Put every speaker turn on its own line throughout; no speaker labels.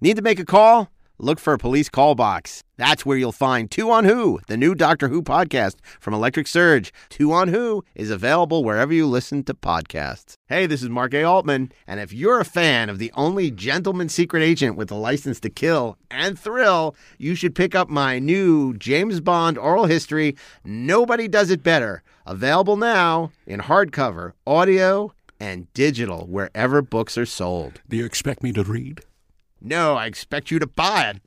Need to make a call? Look for a police call box. That's where you'll find Two on Who, the new Doctor Who podcast from Electric Surge. Two on Who is available wherever you listen to podcasts. Hey, this is Mark A. Altman, and if you're a fan of the only gentleman secret agent with a license to kill and thrill, you should pick up my new James Bond oral history, Nobody Does It Better, available now in hardcover, audio, and digital wherever books are sold.
Do you expect me to read?
No, I expect you to buy it.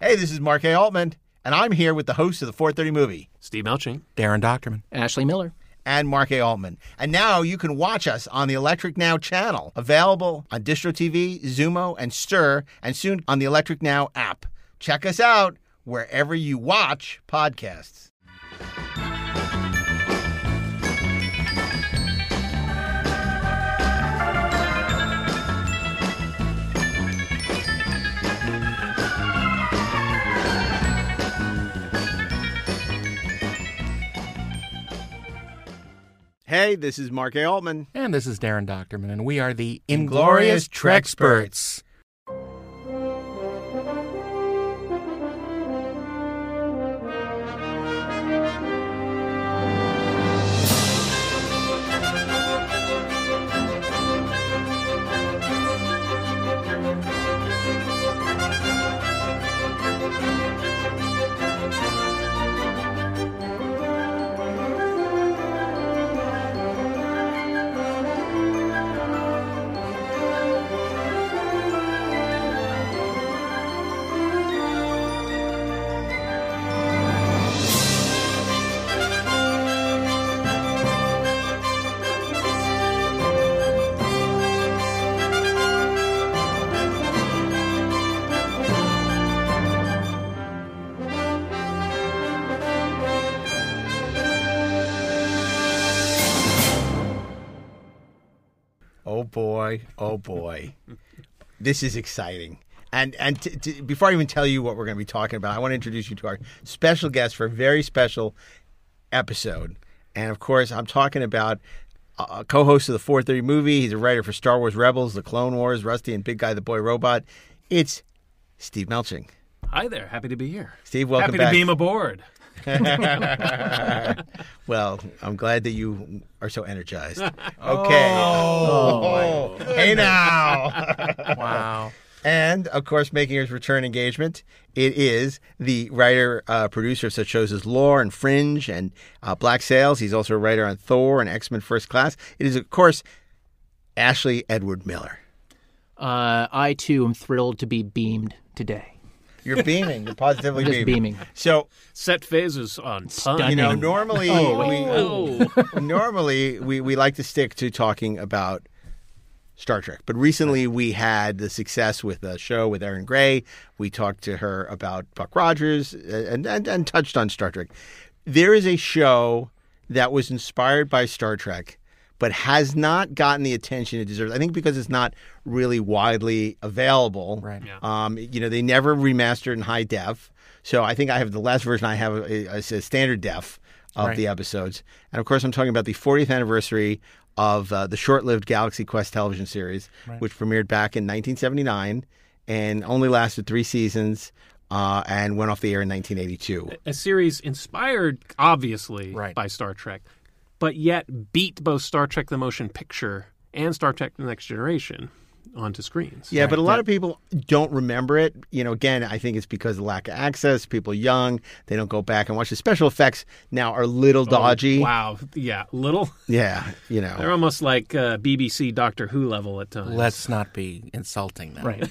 Hey, this is Mark A. Altman, and I'm here with the host of the 430 movie
Steve Melching.
Darren Dockerman.
Ashley Miller.
and Mark A. Altman. And now you can watch us on the Electric Now channel, available on Distro TV, Zumo, and Stir, and soon on the Electric Now app. Check us out wherever you watch podcasts. Hey, this is Mark A. Altman.
And this is Darren Dockerman, and we are the
Inglorious
Inglorious
Trexperts.
Trexperts.
Oh boy, oh boy. this is exciting. And and t- t- before I even tell you what we're going to be talking about, I want to introduce you to our special guest for a very special episode. And of course, I'm talking about a a co-host of the 430 movie. He's a writer for Star Wars Rebels, The Clone Wars, Rusty and Big Guy the Boy Robot. It's Steve Melching.
Hi there. Happy to be here.
Steve, welcome
Happy
back.
to beam aboard.
Well, I'm glad that you are so energized. Okay. Oh, hey now.
Wow.
And of course, making his return engagement, it is the writer, uh, producer of such shows as Lore and Fringe and uh, Black Sails. He's also a writer on Thor and X Men First Class. It is, of course, Ashley Edward Miller.
Uh, I too am thrilled to be beamed today.
You're beaming. You're positively
I'm just
beaming.
beaming.
So
Set phases on pun.
Stunning.
you know,
Beaming.
normally we
Oh,
normally we, we like to stick to talking about Star Trek, but recently we had the success with a show with Erin Gray. We talked to her about Buck Rogers uh, and, and and touched on Star Trek. There is a show that was inspired by Star Trek, but has not gotten the attention it deserves. I think because it's not really widely available.
Right.
Yeah.
Um, you know, they never remastered in high def. So I think I have the last version I have uh, is a standard def of
Right.
the episodes. And of course, I'm talking about the 40th anniversary of uh, the short lived Galaxy Quest television series, which premiered back in 1979 and only lasted three seasons uh, and went off the air in 1982.
a series inspired, obviously,
Right.
by Star Trek, but yet beat both Star Trek: The Motion Picture and Star Trek: The Next Generation onto screens.
Yeah, but a lot of people don't remember it. You know, again, I think it's because of lack of access. People are young, they don't go back and watch. The special effects now are little dodgy.
Oh, Wow. Yeah. Little.
Yeah, you know.
They're almost like uh, BBC Doctor Who level at times.
Let's not be insulting them.
Right.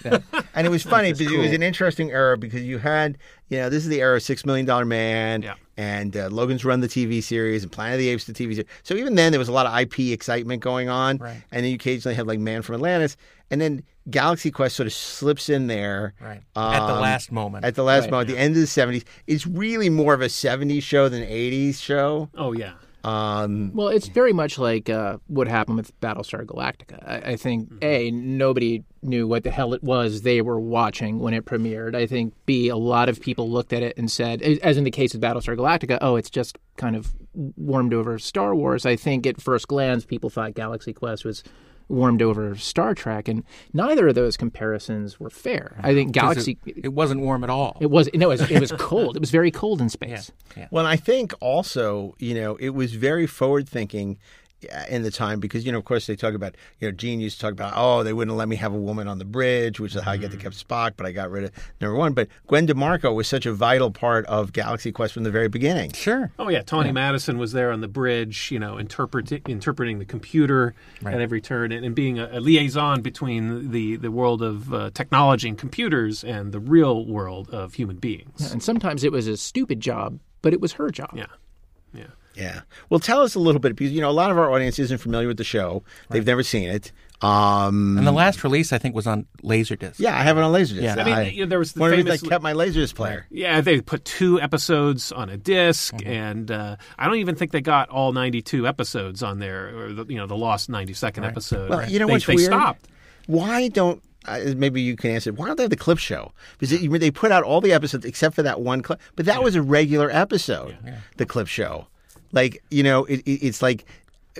And it was funny because it was an interesting era because you had, you know, this is the era of Six Million Dollar Man
Yeah.
and uh, Logan's Run, the TV series, and Planet of the Apes, the TV series. So even then, there was a lot of IP excitement going on.
Right.
And then you occasionally had like Man from Atlantis. And then Galaxy Quest sort of slips in there.
Right. At the
um,
last moment.
At the last moment, at the end of the 70s. It's really more of a 70s show than an 80s show.
Oh yeah.
Um,
well, it's very much like uh, what happened with Battlestar Galactica. I, I think
Mm-hmm.
a nobody knew what the hell it was they were watching when it premiered. I think b a lot of people looked at it and said, as in the case of Battlestar Galactica, oh, it's just kind of warmed over Star Wars. I think at first glance people thought Galaxy Quest was warmed over Star Trek, and neither of those comparisons were fair. I think
'Cause
Galaxy.
It, it wasn't warm at all.
It was no, it was, it was cold. It was very cold in
yeah.
space.
yeah.
Well, I think also, you know, it was very forward thinking in the time because, you know, of course, they talk about, you know, Gene used to talk about, oh, they wouldn't let me have a woman on the bridge, which is how I get to
Mm.
keep Spock, but I got rid of number one. But Gwen DeMarco was such a vital part of Galaxy Quest from the very beginning.
Sure.
Oh yeah, Tawny Madison was there on the bridge, you know, interpreting interpreting the computer at every turn and, and being a, a liaison between the the world of uh, technology and computers and the real world of human beings.
And sometimes it was a stupid job, but it was her job.
Yeah, yeah.
Yeah. Well, tell us a little bit because, you know, a lot of our audience isn't familiar with the show, they've never seen it. Um,
And the last release, I think, was on Laserdisc.
yeah, I have it on Laserdisc.
Yeah.
I mean, you know, there was the
one of reasons
famous-
I kept my Laserdisc player.
Yeah, they put two episodes on a disk and uh, I don't even think they got all 92 episodes on there, or the, you know, the lost 92nd episode.
Well, you know
they,
what's
they
weird?
stopped.
Why don't uh, maybe you can answer? Why don't they have the clip show? Because it, they put out all the episodes except for that one clip, but that was a regular episode. The clip show, like you know, it, it, it's like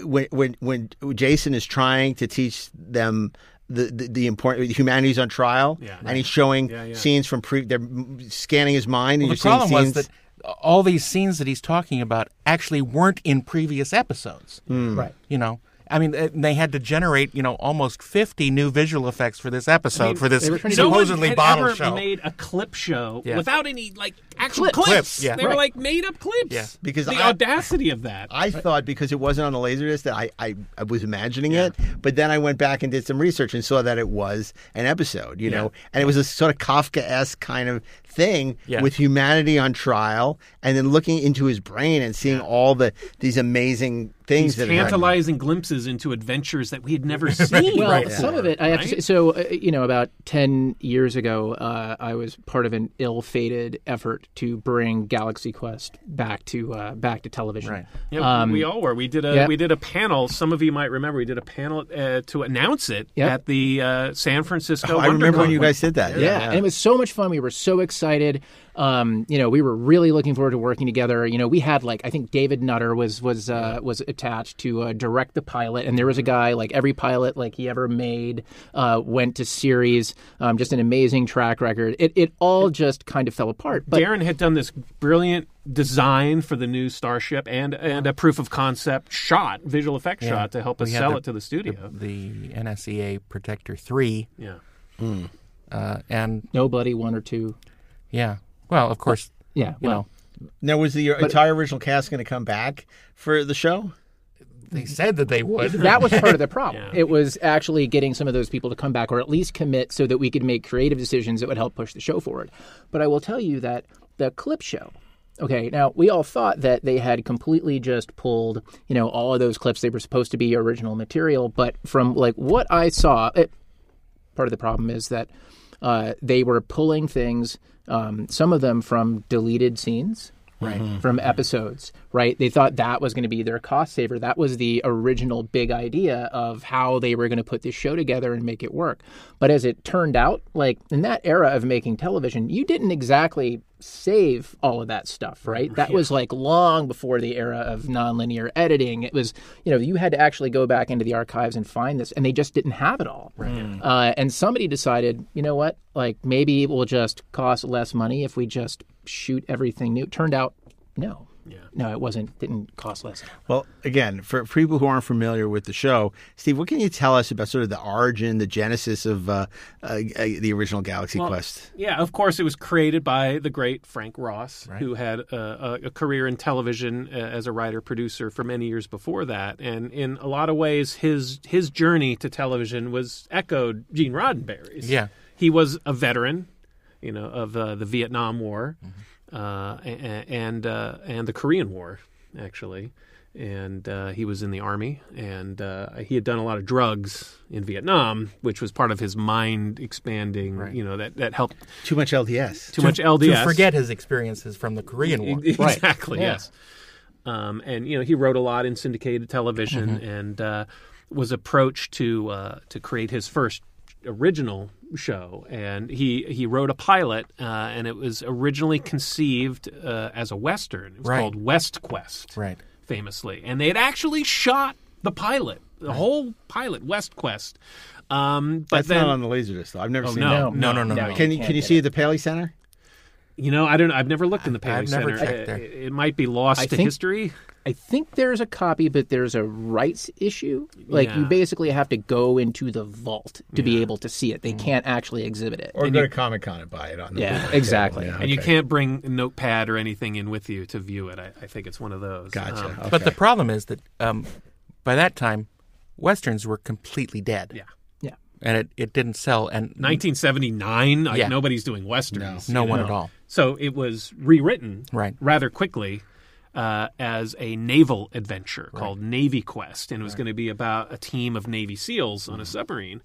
when when when Jason is trying to teach them. The, the, the important humanity's on trial,
Yeah.
and he's showing
Yeah, yeah.
scenes from pre. They're mm, scanning his mind, and you're
The
seeing
problem was
scenes.
that all these scenes that he's talking about actually weren't in previous episodes.
Right.
You know, I mean, uh, they had to generate, you know, almost 50 new visual effects for this episode, for this
no one
supposedly
had
bottle
ever
show.
made a clip show
Yeah.
without any like actual
Clips.
clips.
Clips, yeah.
They were
Right.
like made up clips.
Yeah.
Because
the
I-
audacity of that.
I thought because it wasn't on the Laserdisc that I, I, I was imagining it, but then I went back and did some research and saw that it was an episode, you know, and it was a sort of Kafka esque kind of thing
Yeah.
with humanity on trial, and then looking into his brain and seeing all the these amazing things that had-
Tantalizing glimpses into adventures that we had never seen.
Well,
before,
some of it I have to say.
right?
So, uh, you know, about 10 years ago, uh, I was part of an ill-fated effort to bring Galaxy Quest back to uh, back to television.
Right.
Yeah,
um,
we all were. We did a
yeah.
we did a panel. Some of you might remember we did a panel uh, to announce it
Yep.
at the uh, San Francisco.
Oh, I remember when
WonderCon.
you guys did that.
Yeah. and it was so much fun. We were so excited. Um, you know, we were really looking forward to working together. You know, we had like I think David Nutter was was uh, was attached to uh, direct the pilot, and there was a guy like every pilot like he ever made uh, went to series. Um, just an amazing track record. It it all just kind of fell apart. But
Darren had done this brilliant design for the new starship and and a proof of concept shot, visual effect shot to help us
had
sell
the-
it to the studio.
the NSEA Protector 3.
yeah.
Uh, and
nobody one or two.
yeah, well, of course,
Yeah,
you know,
well,
Now, was the entire original cast going to come back for the show?
they said that they would.
that was part of the problem. It was actually getting some of those people to come back or at least commit so that we could make creative decisions that would help push the show forward. But I will tell you that the clip show. Okay, now we all thought that they had completely just pulled, you know, all of those clips. They were supposed to be original material, but from like what I saw, it, part of the problem is that uh, they were pulling things, um, some of them from deleted scenes, right, from episodes, right. They thought that was going to be their cost saver. That was the original big idea of how they were going to put this show together and make it work. But as it turned out, like in that era of making television, you didn't exactly save all of that stuff, right? That was like long before the era of nonlinear editing. It was, you know, you had to actually go back into the archives and find this, and they just didn't have it all. Uh, and somebody decided, you know what? Like maybe it will just cost less money if we just shoot everything new. Turned out, no. No, it wasn't. Didn't cost less.
Well, again, for for people who aren't familiar with the show, Steve, what can you tell us about sort of the origin, the genesis of uh, uh, uh, the original Galaxy Quest?
Yeah, of course, it was created by the great Frank Ross, who had a, a, a career in television uh, as a writer producer for many years before that. And in a lot of ways, his his journey to television was echoed Gene Roddenberry's.
Yeah.
he was a veteran, you know, of uh, the Vietnam War,
Mm-hmm.
uh, a- a- and uh, and the Korean War, actually. And uh, he was in the army, and uh, he had done a lot of drugs in Vietnam, which was part of his mind expanding. You know that that helped
Too much LDS.
too much LDS.
to forget his experiences from the Korean War.
E-, exactly. Yes. Um, and you know he wrote a lot in syndicated television and uh, was approached to uh, to create his first original show. And he he wrote a pilot, uh, and it was originally conceived uh, as a western. It was
Right.
called West Quest,
Right.
famously, and they had actually shot the pilot. the whole pilot, West Quest. Um, but
That's
then,
not on the Laserdisc though. I've never
oh
seen
no,
that.
no, no, no, no,
no,
Can you
can't
can you
get
see it at the Paley Center?
You know, I don't. I've never looked in the Paley
I've never
Center.
checked
It-
there.
It, it might be lost
I
to
think-
history.
I think there's a copy, but there's a rights issue. Like you
Yeah.
basically have to go into the vault to be able to see it. They can't actually exhibit it.
Or go to Comic Con and buy it on the
yeah, exactly.
And you can't bring a notepad or anything in with you to view it. I, I think it's one of those.
Gotcha.
Um,
Okay.
But the problem is that um, by that time, westerns were completely dead.
yeah.
Yeah.
and it, it didn't sell, and
1979. Like,
Mm-hmm. Yeah.
Nobody's doing westerns.
No. No
you
one
know?
at all.
So it was rewritten
Right.
rather quickly uh, as a naval adventure called Navy Quest, and it was going to be about a team of Navy SEALs
Mm-hmm.
on a submarine.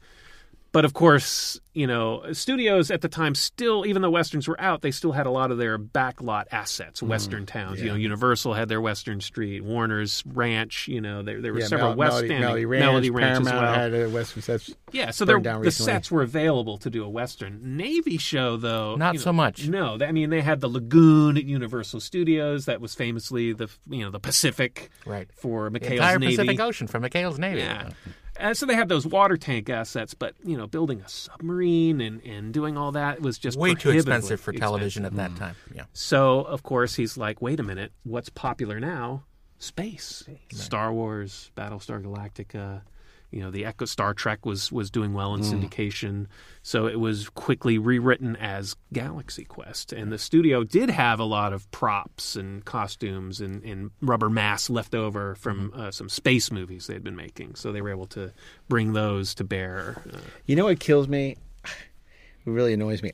But of course, you know, studios at the time still, even though westerns were out, they still had a lot of their backlot assets,
Mm-hmm.
western towns. You know, Universal had their Western Street, Warner's Ranch. You know, there, there were
Yeah,
several
Mel-
West
Melody,
standing
Melody Ranch,
Ranch
Paramount
as well.
had a Western sets.
Yeah, so there,
burned down
the
recently.
sets were available to do a Western Navy show, though.
Not
you
so much.
No, th- I mean they had the Lagoon at Universal Studios. That was famously the you know the Pacific
Right.
for
The
McHale's
entire
Navy.
Pacific Ocean from McHale's Navy.
Yeah. And so they had those water tank assets, but you know, building a submarine and, and doing all that was just
way too
prohibitively
expensive for television at that time. Yeah,
so, of course, he's like, wait a minute, what's popular now? Space. Star Wars, Battlestar Galactica, you know, the Echo Star Trek was was doing well in syndication. So it was quickly rewritten as Galaxy Quest. And the studio did have a lot of props and costumes and, and rubber masks left over from uh, some space movies they had been making. So they were able to bring those to bear. Uh,
You know what kills me? It really annoys me.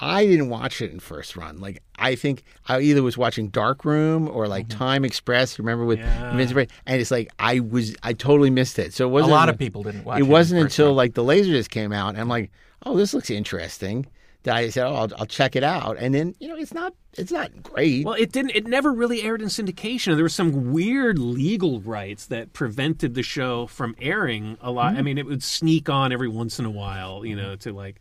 I didn't watch it in first run. Like I think I either was watching Dark Room or like
Mm-hmm.
Time Express. Remember with
Yeah.
Vince Vaughn? And it's like I was I totally missed it. So it
a
wasn't
lot of people didn't watch.
It
in
wasn't
the first
until
time.
like the Laserdisc came out, and I'm like, oh, this looks interesting. That I said, oh, I'll, I'll check it out. And then you know, it's not it's not great.
Well, it didn't. It never really aired in syndication. There were some weird legal rights that prevented the show from airing a lot. I mean, it would sneak on every once in a while, you know, to like,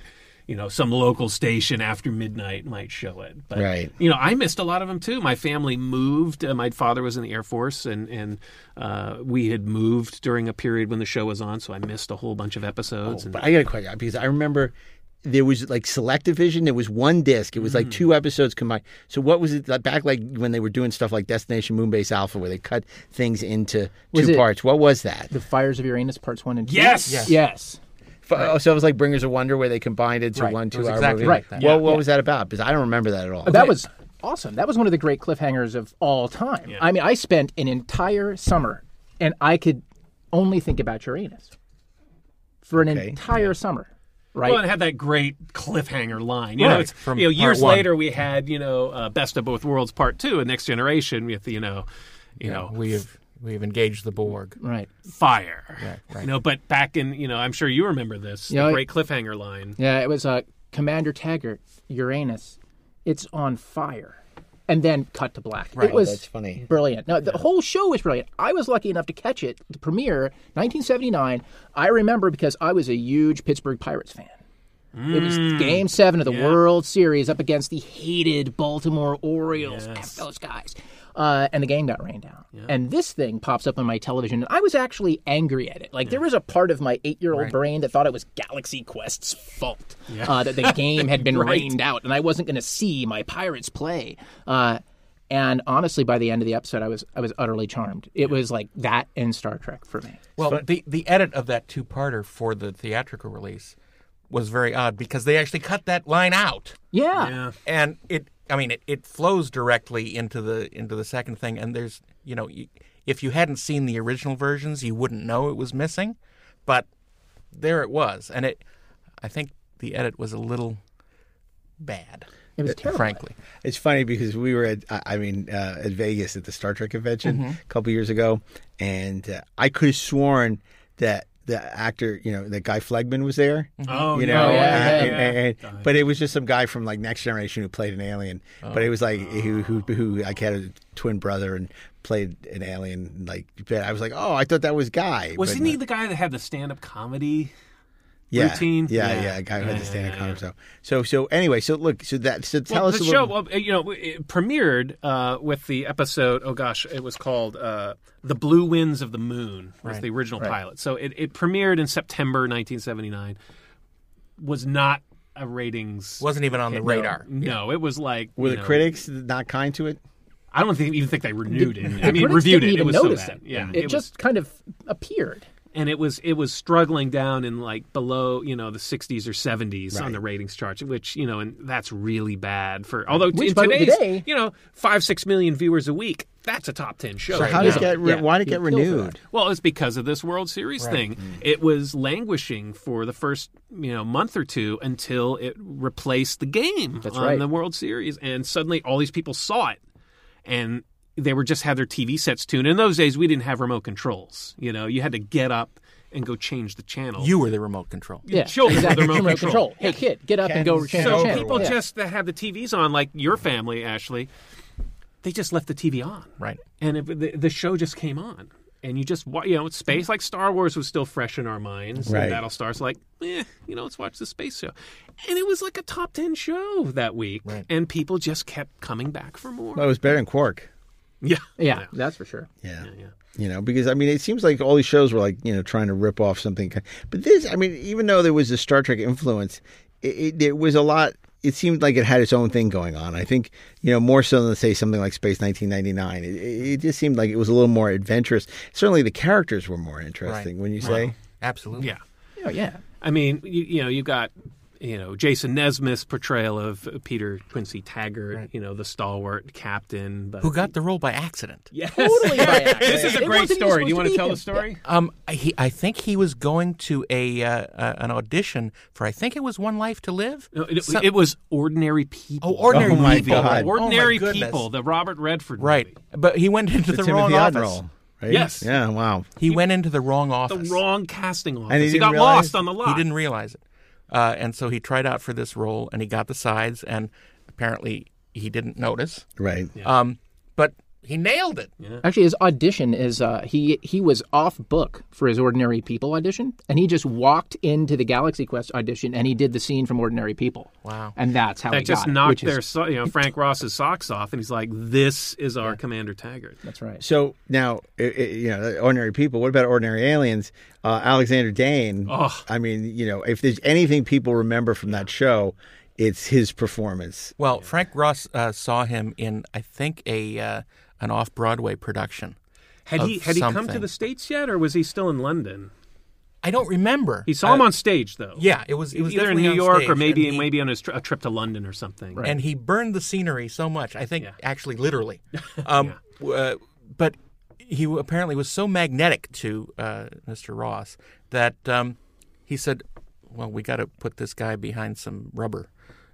you know, some local station after midnight might show it. But
Right.
you know, I missed a lot of them too. My family moved. Uh, my father was in the Air Force, and and uh, we had moved during a period when the show was on, so I missed a whole bunch of episodes. and
But I got a question because I remember there was like Selectivision. There was one disc. It was
Mm.
like two episodes combined. So what was it like, back like when they were doing stuff like Destination Moonbase Alpha, where they cut things into
Was
two
it-
parts? What was that?
The Fires of Uranus, parts one and two.
Yes!
yes,
Yes.
F- Oh, so it was like Bringers of Wonder, where they combined it to
Right.
one
It was
two-hour
exactly
movie.
like that.
What, what was that about? Because I don't remember that at all.
that was awesome. That was one of the great cliffhangers of all time. I mean, I spent an entire summer, and I could only think about Uranus for an
Okay.
entire summer. Right?
Well, it had that great cliffhanger line. You know,
Right,
it's,
from
you know,
part
years
one.
later we had you know uh, Best of Both Worlds Part Two and Next Generation with you know, you know,
we have we have engaged the Borg.
right.
fire.
right.
You know, but back in you know, I'm sure you remember this
Yeah,
the
I-
great cliffhanger line.
Yeah, it was uh, Commander Taggart, Uranus. It's on fire. And then cut to black. Right. It was
that's funny.
brilliant. No, the whole show was brilliant. I was lucky enough to catch it, the premiere, 1979. I remember because I was a huge Pittsburgh Pirates fan. It was
Mm.
Game Seven of the World Series up against the hated Baltimore Orioles. F those guys. Uh, and the game got rained down. And this thing pops up on my television, and I was actually angry at it. Like there was a part of my eight-year-old brain that thought it was Galaxy Quest's fault uh, that the game had been rained out, and I wasn't going to see my Pirates play. Uh, and honestly, by the end of the episode, I was I was utterly charmed. It was like that and Star Trek for me.
Well, the the edit of that two parter for the theatrical release was very odd because they actually cut that line out,
Yeah.
and it I mean it, it flows directly into the into the second thing, and there's you know you, if you hadn't seen the original versions, you wouldn't know it was missing, but there it was, and it I think the edit was a little bad,
It was terrible.
Uh, frankly.
It's funny because we were at, I I mean, uh, at Vegas at the Star Trek convention a couple years ago, and uh, I could have sworn that the actor, you know, that Guy Flegman was there.
Oh,
you
yeah,
know,
yeah,
and-
yeah.
and- and- but it was just some guy from like Next Generation who played an alien. But it was like who who
Oh.
who like had a twin brother and played an alien. Like, but I was like, oh, I thought that was Guy.
Wasn't
but,
he the guy that had the stand up comedy?
yeah,
routine.
Yeah, yeah, a guy who had the stand-up comedy show. So, so anyway, so look, so that, so tell
well,
us a
the
little.
show, well, you know, it premiered uh, with the episode. Oh gosh, it was called uh, "The Blue Winds of the Moon." Was the original pilot. So it, it premiered in September 1979. Was not a ratings.
Wasn't even on the
no,
radar.
No, it was like
Were
you
the
know,
critics not kind to it?
I don't think, even think they renewed it. I
The
mean,
critics
reviewed
didn't
it.
Even
it was
notice
so bad.
it.
Yeah,
it,
was-
just kind of appeared.
and it was it was struggling down in like below you know the 60s or 70s on the ratings chart which you know and that's really bad for although
Which,
in
by the way,
today's
today-
you know 5 6 million viewers a week that's a top 10 show
So
right
how
now.
does get re-
Yeah.
why did it
You
get
feel for that.
renewed?
well it's because of this world series thing
Mm.
it was languishing for the first you know month or two until it replaced the game
That's
on
right.
the world series and suddenly all these people saw it and they were just had their TV sets tuned. In those days, we didn't have remote controls. You know, you had to get up and go change the channel.
You were the remote control.
Yeah,
children
exactly.
with the remote control.
Hey, kid, get up and go
Ken's
change the
so
channel.
people
Yeah.
just that have the TVs on, like your family, Ashley, they just left the TV on,
Right.
and it, the, the show just came on, and you just wa- you know it's space like Star Wars was still fresh in our minds,
Right.
and Battlestar's like, eh, you know, let's watch the space show, and it was like a top ten show that week,
Right.
and people just kept coming back for more.
Well, it was better than Quark.
yeah,
yeah, that's for sure.
Yeah.
yeah.
You know, because I mean, it seems like all these shows were like you know trying to rip off something. But this, I mean, even though there was a Star Trek influence, it, it, there was a lot. It seemed like it had its own thing going on. I think you know more so than say something like Space 1999. It, it it just seemed like it was a little more adventurous. Certainly, the characters were more interesting. When you say,
Absolutely.
yeah.
Oh yeah,
I mean, you, you know, you've got you know Jason Nesmith's portrayal of Peter Quincy Taggart, you know, the stalwart captain, but
Who got the role by accident?
yes.
totally. by accident.
This is
It
a
wasn't
great
even
story. Do you
supposed
want to
be
tell
him.
the story?
Um, I- he, I think he was going to a uh, uh, an audition for. I think it was One Life to Live.
No, it,
Some-
it was ordinary people.
Oh, ordinary
Oh, my
people.
God.
ordinary
Oh, my goodness.
people. The Robert Redford,
Right,
movie.
but he went into
the
the,
Timothy
wrong
Admiral,
office.
right?
Yes.
Yeah. Wow.
He, went into the wrong
The
office.
wrong casting office.
he
he
didn't
got
realize-
lost on the lot.
He didn't realize it, uh, and so he tried out for this role, and he got the sides, and apparently he didn't notice.
Right.
Um, but he nailed it.
Actually, his audition is uh, he he was off book for his Ordinary People audition, and he just walked into the Galaxy Quest audition, and he did the scene from Ordinary People.
Wow.
And that's how
That
he
just
got it,
knocked
which is-
their, so, you know, Frank Ross's socks off, and he's like, "This is our Commander Taggart."
that's right.
So now, i i you know, ordinary people. What about ordinary aliens? Uh, Alexander Dane.
Oh.
I mean, you know, if there's anything people remember from that show, it's his performance.
Well, Frank Ross uh, saw him in, I think, a uh, an off Broadway production.
Had
Of
he had he come to
something.
the states yet, or was he still in London?
I don't remember.
He saw him on stage though.
Yeah, it was. It
He
was
was either in
definitely
New
on
York
stage,
or maybe
and he,
maybe on his tr- a trip to London or something. Right.
and he burned the scenery so much. I think
Yeah.
actually, literally. Um, w- uh, but he w- apparently was so magnetic to uh, Mr. Ross that um, he said, "Well, we got to put this guy behind some rubber,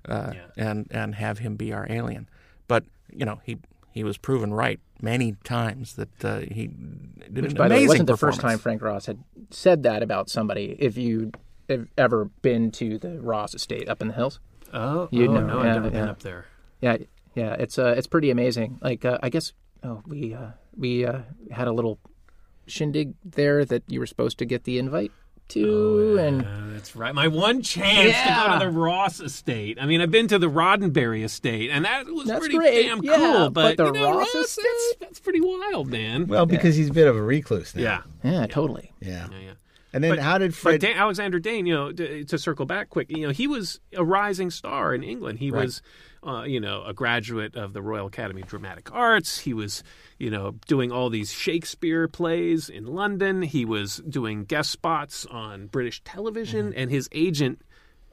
uh, and and have him be our alien." But you know, he he was proven right many times that uh, he did an
By the way, it
amazing
wasn't the first time
performance.
Frank Ross had said that about somebody. If you have ever been to the Ross estate up in the hills,
Oh,
You'd
oh,
know,
no,
yeah,
I've never been
yeah.
up there.
Yeah, yeah, it's uh, it's pretty amazing. Like uh, I guess oh, we uh, we uh, had a little shindig there that you were supposed to get the invite to, and
Uh, that's right. My one chance to go
Yeah.
to the Ross estate. I mean, I've been to the Roddenberry estate, and that was
That's
pretty
great,
damn
yeah,
cool.
but the
you know,
Ross
that's-
estate?
That's, pretty wild, man.
Well, because he's a bit of a recluse now.
yeah.
yeah, totally.
Yeah.
Yeah. yeah.
And then how did
But
Fred?
Dan, Alexander Dane, you know, to, to circle back quick, you know, he was a rising star in England. He was, uh, you know, a graduate of the Royal Academy of Dramatic Arts. He was, you know, doing all these Shakespeare plays in London. He was doing guest spots on British television,
Mm-hmm.
and his agent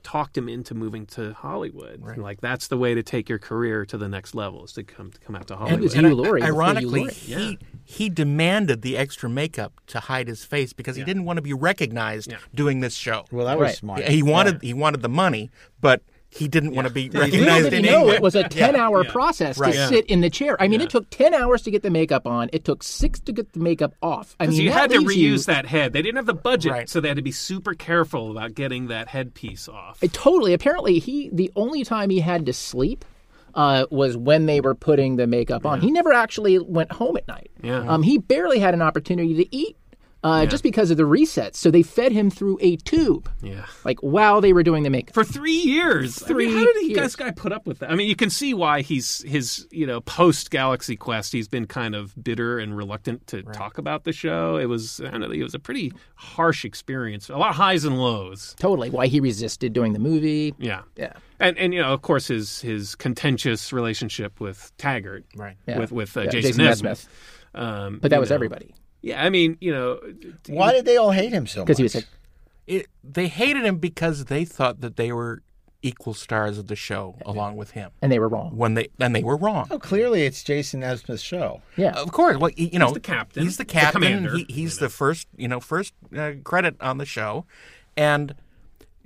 talked him into moving to Hollywood. Like that's the way to take your career to the next level is to come to come out to Hollywood.
was
And
Hugh
I-
Laurie before Hugh
Ironically,
Laurie.
he he demanded the extra makeup to hide his face because he didn't want to be recognized doing this show.
well, that was
Right.
smart.
he wanted he wanted the money, but he didn't want to be
We
recognized
already
in
know
England.
it was a 10 hour process
Right.
to
Yeah.
sit in the chair. I mean, it took 10 hours to get the makeup on. It took six to get the makeup off. I mean,
you
that
had to
leaves
reuse
you-
that head. They didn't have the budget,
Right.
so they had to be super careful about getting that headpiece off.
Uh, Totally. Apparently, he the only time he had to sleep uh, was when they were putting the makeup on. He never actually went home at night.
Yeah.
Um, he barely had an opportunity to eat. uh, just because of the resets. So they fed him through a tube,
Yeah.
like while they were doing the makeup.
For three years. I mean,
Three
how did he,
years.
this guy put up with that? I mean, you can see why he's his you know post Galaxy Quest. He's been kind of bitter and reluctant to talk about the show. It was I don't know, it was a pretty harsh experience. A lot of highs and lows.
Totally, why he resisted doing the movie.
Yeah.
Yeah.
And and you know, of course, his his contentious relationship with Taggart,
Right.
Yeah.
with with uh,
Yeah,
Jason, Nesmith. Um,
But that
you
was
know.
everybody
Yeah, I mean, you know,
Why did they all hate him so much?
because he was like,
It, they hated him because they thought that they were equal stars of the show along with him
and they were wrong.
when they and they were wrong.
oh, clearly it's Jason Nesmith's show.
Yeah,
Oh.
Of course, well, he- you know, he's
the captain,
He's the
the
captain.
commander,
he, he's the first, you know, first uh, credit on the show, and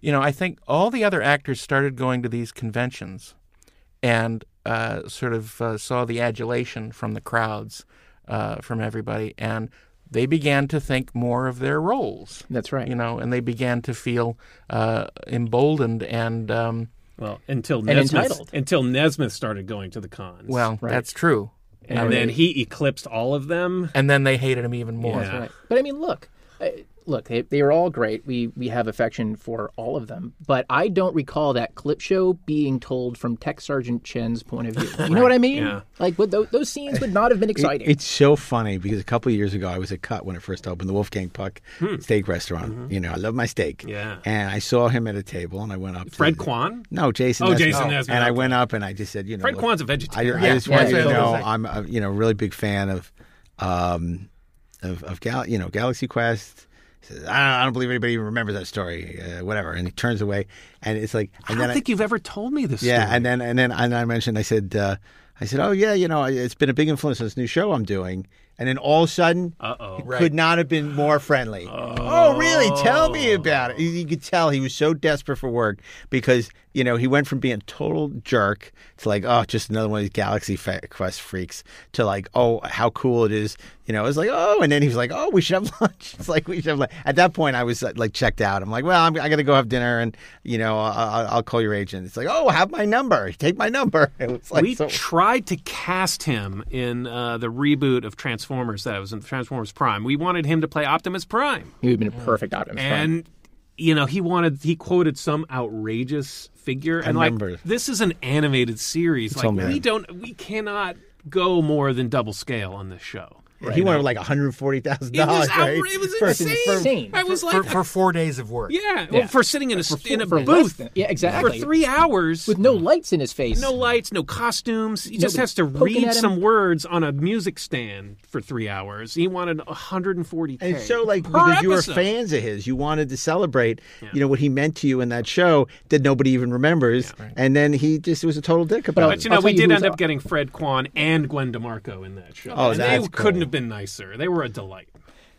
you know, I think all the other actors started going to these conventions, and uh, sort of uh, saw the adulation from the crowds, uh, from everybody, and they began to think more of their roles.
that's right.
You know, and they began to feel uh, emboldened and. Um,
well until Nesmith
entitled.
until Nesmith started going to the cons.
Well, that's true.
and then he eclipsed all of them.
And then they hated him even more.
Yeah.
Right. But I mean, look, I- look, they, they are all great. We we have affection for all of them. But I don't recall that clip show being told from Tech Sergeant Chen's point of view. You know what I mean?
Yeah.
Like, would those, those scenes would not have been exciting.
It's so funny because a couple of years ago I was at Cut when it first opened, the Wolfgang Puck steak restaurant. You know, I love my steak.
Hmm. Mm-hmm. Yeah.
And I saw him at a table and I went up. to
Fred
the-
Kwan.
No, Jason.
Oh,
Nesmith.
Jason Nesmith,
And I
okay.
went up and I just said, you know,
Fred
look,
Kwan's a
I,
vegetarian.
I just
Yeah,
want you
yeah.
to know
Yeah.
I'm a you know really big fan of um of of Gal you know Galaxy Quest. He Says, I, don't, I don't believe anybody even remembers that story, uh, whatever. And he turns away, and it's like,
I
and
don't
then
think you've ever told me this.
yeah,
story.
and then and then and I mentioned I said uh, I said, oh yeah, you know, it's been a big influence on this new show I'm doing. And then all of a sudden,
Uh-oh.
he could not have been more friendly. Oh. really? Tell me about it. You- You could tell he was so desperate for work because you know he went from being a total jerk to like, oh, just another one of these Galaxy Fe- Quest freaks to like, oh, how cool it is. You know, it was like, oh, and then he was like, oh, we should have lunch. It's like we should have lunch. At that point, I was uh, like checked out. I'm like, well, I'm, I got to go have dinner, and you know, I'll, I'll call your agent. It's like, oh, have my number. Take my number. It was like
we
so-
tried to cast him in uh, the reboot of Transformers that was in Transformers Prime. We wanted him to play Optimus Prime,
He would have been a perfect Optimus Prime.
Mm. and you know he wanted he quoted some outrageous figure, and like
remember.
this is an animated series. Like
told me
we
that.
don't we cannot go more than double scale on this show.
he wanted like 140 thousand
It
dollars.
was, outra-
Right?
it was
For-
insane.
for-
Insane.
I was like,
For, for four days of work.
yeah, Well, for sitting in a
For-
in a
for less
booth
than- yeah,
for
exactly.
three hours
with no lights in his face.
no lights, no costumes. He just
Nobody
has to
poking
read
at him.
some words on a music stand for three hours. He wanted 140
And so, like,
per
because you were
episode.
fans of his, you wanted to celebrate, you know, what he meant to you in that show that nobody even remembers. And then he just was a total dick about
I'll-
But you
it.
know,
I'll
we
tell you
did
who's
end up
up.
getting Fred Kwan and Gwen DeMarco in that show.
Oh,
and they
that's
couldn't
cool.
have been nicer. They were a delight.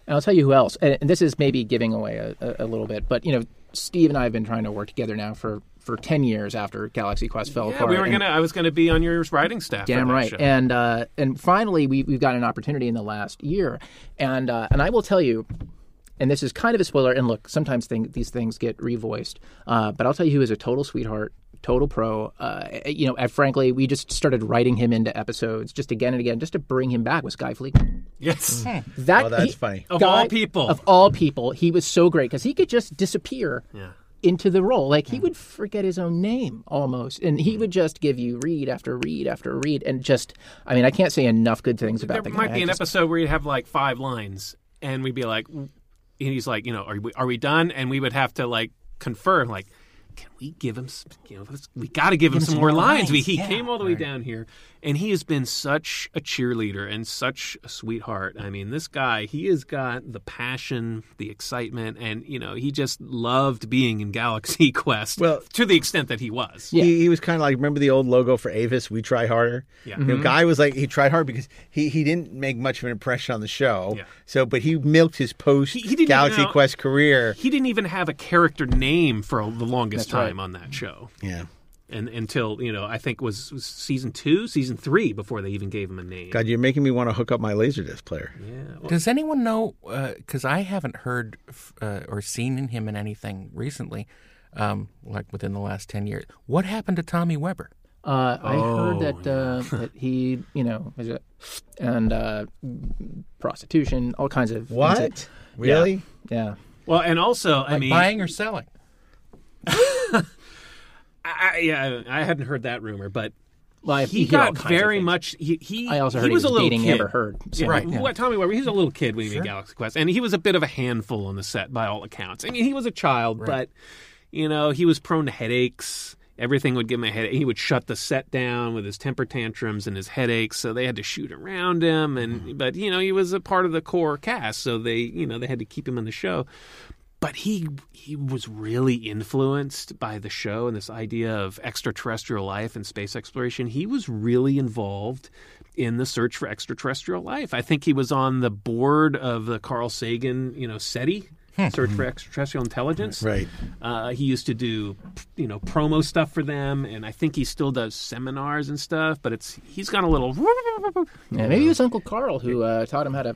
And I'll tell you who else. And, and this is maybe giving away a, a, a little bit, but you know, Steve and I have been trying to work together now for for ten years after Galaxy Quest fell
Yeah,
apart.
we were
and-
gonna. I was gonna be on your writing staff. for
Damn
that
right.
show.
And uh, and finally, we we've got an opportunity in the last year, and uh, and I will tell you. And this is kind of a spoiler. And look, sometimes thing, these things get revoiced. Uh, but I'll tell you who is a total sweetheart, total pro. Uh, you know, and frankly, we just started writing him into episodes just again and again, just to bring him back. Was Guy Fleekman?
yes,
That
Oh, that's funny.
Of
Guy-
all people.
of all people, he was so great because he could just disappear into the role. Like he would forget his own name almost, and he would just give you read after read after read, and just I mean, I can't say enough good things
there
about the guy.
might be
I
an
just-
episode where you'd have like five lines, and we'd be like, and he's like, you know, are we are we done? And we would have to like confirm, like, can we give him, some, you know, let's- we got to give him some more lines. We, he came all the way down here, and he has been such a cheerleader and such a sweetheart. I mean, this guy, he has got the passion, the excitement, and you know, he just loved being in Galaxy Quest.
Well-
to the extent that he was.
Yeah.
He, he was kind of like remember the old logo for Avis, we try harder.
Yeah. Mm-hmm.
You know, guy was like he tried hard because he, he didn't make much of an impression on the show.
Yeah.
So, but he milked his post
He- he didn't
Galaxy
know-
Quest career.
He didn't even have a character name for the longest time on that show.
Yeah,
and until you know I think was, was season two, season three before they even gave him a name.
God, you're making me want to hook up my laserdisc player.
Yeah, well,
Does anyone know? Because I haven't heard f- uh, or seen in him in anything recently, um, like within the last ten years. What happened to Tommy Weber?
Uh, I
Oh,
heard that uh, that he, you know, was a, and uh, prostitution, all kinds of things that-
What? Really?
Yeah.
Well, and also, I mean,
Buying or selling?
I, I- yeah, I hadn't heard that rumor, but
Well, I-
he
you hear all
got
kinds of
very
things.
much. He, he
I also heard
he was, a little
dating
kid.
Amber Heard. so,
right.
yeah.
What, Tommy Weber, he was a little kid when he made Galaxy Quest, and he was a bit of a handful on the set by all accounts. I mean, he was a child, but you know, he was prone to headaches. Everything would give him a headache. He would shut the set down with his temper tantrums and his headaches, so they had to shoot around him. And but you know, he was a part of the core cast, so they you know they had to keep him in the show. But he he was really influenced by the show and this idea of extraterrestrial life and space exploration. He was really involved in the search for extraterrestrial life. I think he was on the board of the Carl Sagan, you know, SETI, Search for Extraterrestrial Intelligence.
Right.
Uh, he used to do, you know, promo stuff for them, and I think he still does seminars and stuff. But it's he's got a little.
Yeah, maybe it was Uncle Carl who uh, taught him how to.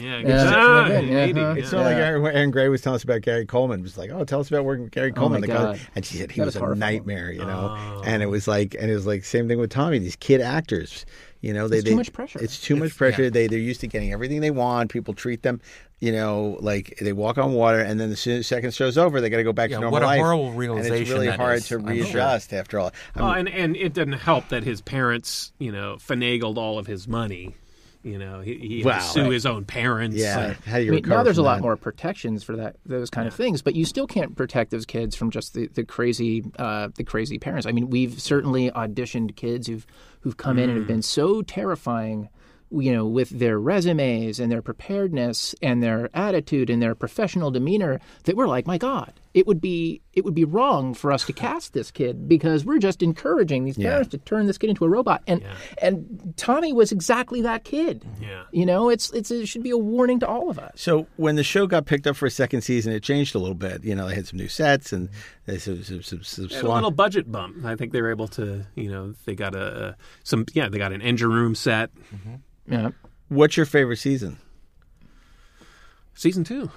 Yeah,
Yeah,
ah,
that's what I mean,
eighty,
uh-huh.
yeah.
It's
So like
Yeah.
Aaron, Aaron Gray was telling us about Gary Coleman. It was like, oh, tell us about working with Gary Coleman.
my
The guy-
God.
And she said he
That
was
is
a
horrifying.
nightmare, you know.
Oh.
And it was like, and it was like same thing with Tommy. These kid actors, you know, they
It's too
they-
much pressure.
It's too much pressure. They they're used to getting everything they want. People treat them, you know, like they walk on water, and then the soon- second show's over, they got to go back
Yeah,
to normal
what a
life.
horrible
And it's
realization
really
that
hard
is,
to
I'm sure.
readjust after all. I mean,
Oh, and and it didn't help that his parents, you know, finagled all of his money. You know, he, he had
Wow.
to sue his own parents.
yeah, how do
I
you
mean,
recover
now there's a
from
lot
that?
more protections for that those kind of things, but you still can't protect those kids from just the, the crazy uh, the crazy parents. I mean, we've certainly auditioned kids who've who've come in and have been so terrifying, you know, with their resumes and their preparedness and their attitude and their professional demeanor that we're like, my God, it would be it would be wrong for us to cast this kid because we're just encouraging these parents to turn this kid into a robot. And and Tommy was exactly that kid.
Yeah.
You know, it's it's it should be a warning to all of us.
So when the show got picked up for a second season, it changed a little bit. You know, they had some new sets and they some some, some, some
They had a
swan-
little budget bump. I think they were able to, you know, they got a some yeah, they got an engine room set.
Yeah.
What's your favorite season?
Season two.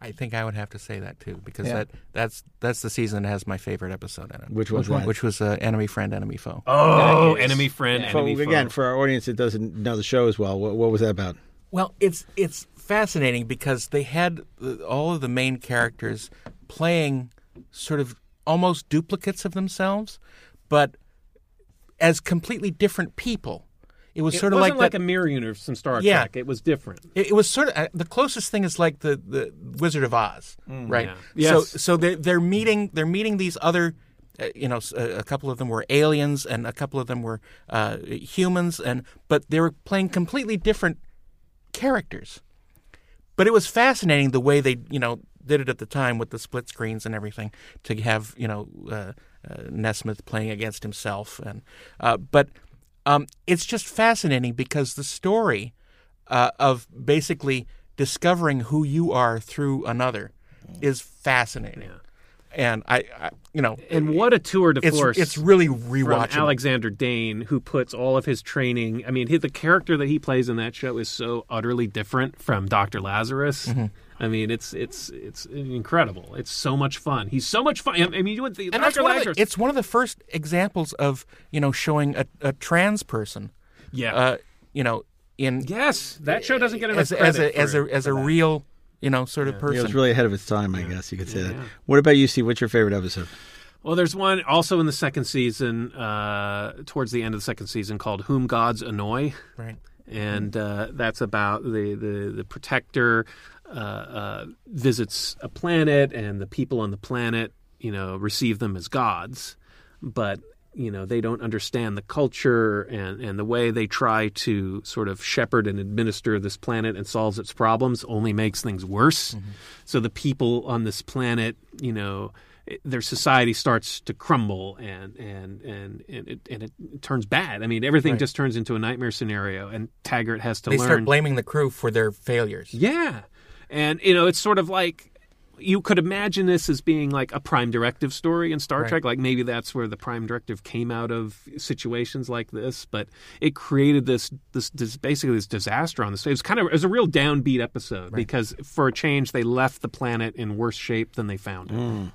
I think I would have to say that too because
Yeah.
that that's that's the season that has my favorite episode in it.
Which was that?
Which was uh, enemy friend, enemy foe.
Oh, enemy friend,
Well,
enemy
again,
foe.
for our audience that doesn't know the show as well, what, what was that about?
Well, it's it's fascinating because they had the, all of the main characters playing sort of almost duplicates of themselves, but as completely different people. It was
It
sort of
wasn't
like
like
that,
a mirror universe from Star
Yeah.
Trek. It was different.
It, it was sort of uh, the closest thing is like the, the Wizard of Oz, right?
Mm. yeah. Yes.
So so they're they're meeting they're meeting these other, uh, you know, s- a, a couple of them were aliens and a couple of them were uh, humans and but they were playing completely different characters. But it was fascinating the way they you know did it at the time with the split screens and everything to have you know uh, uh, Nesmith playing against himself and uh, but um, it's just fascinating because the story uh, of basically discovering who you are through another is fascinating. And I, I, you know,
And what a tour de
it's
force!
it's really
from
rewatchable.
Alexander Dane, who puts all of his training. I mean, he, the character that he plays in that show is so utterly different from Doctor Lazarus.
Mm-hmm.
I mean, it's it's it's incredible. It's so much fun. He's so much fun. I mean, you would think
and that's
Doctor
one of the,
Lazarus.
it's one of the first examples of you know showing a, a trans person,
yeah.
uh, you know, in
yes, that show doesn't get enough
as,
credit
as a
for
as a
it.
as a real you know sort of
It
person.
was really ahead of its time, I guess you could say that. What about you, Steve? What's your favorite episode?
Well, there's one also in the second season, uh, towards the end of the second season, called "Whom Gods Annoy."
right.
and uh, that's about the the, the protector uh, uh, visits a planet, and the people on the planet, you know, receive them as gods, but you know they don't understand the culture and and the way they try to sort of shepherd and administer this planet and solves its problems only makes things worse. So the people on this planet, you know, it- their society starts to crumble and and and and it, and it turns bad. I mean, everything just turns into a nightmare scenario, and Taggart has to
They
learn.
start blaming the crew for their failures.
yeah, and you know, it's sort of like you could imagine this as being like a prime directive story in Star Trek. Like maybe that's where the prime directive came out of situations like this, but it created this this, this basically this disaster on the stage. It was kind of it was a real downbeat episode because for a change they left the planet in worse shape than they found it.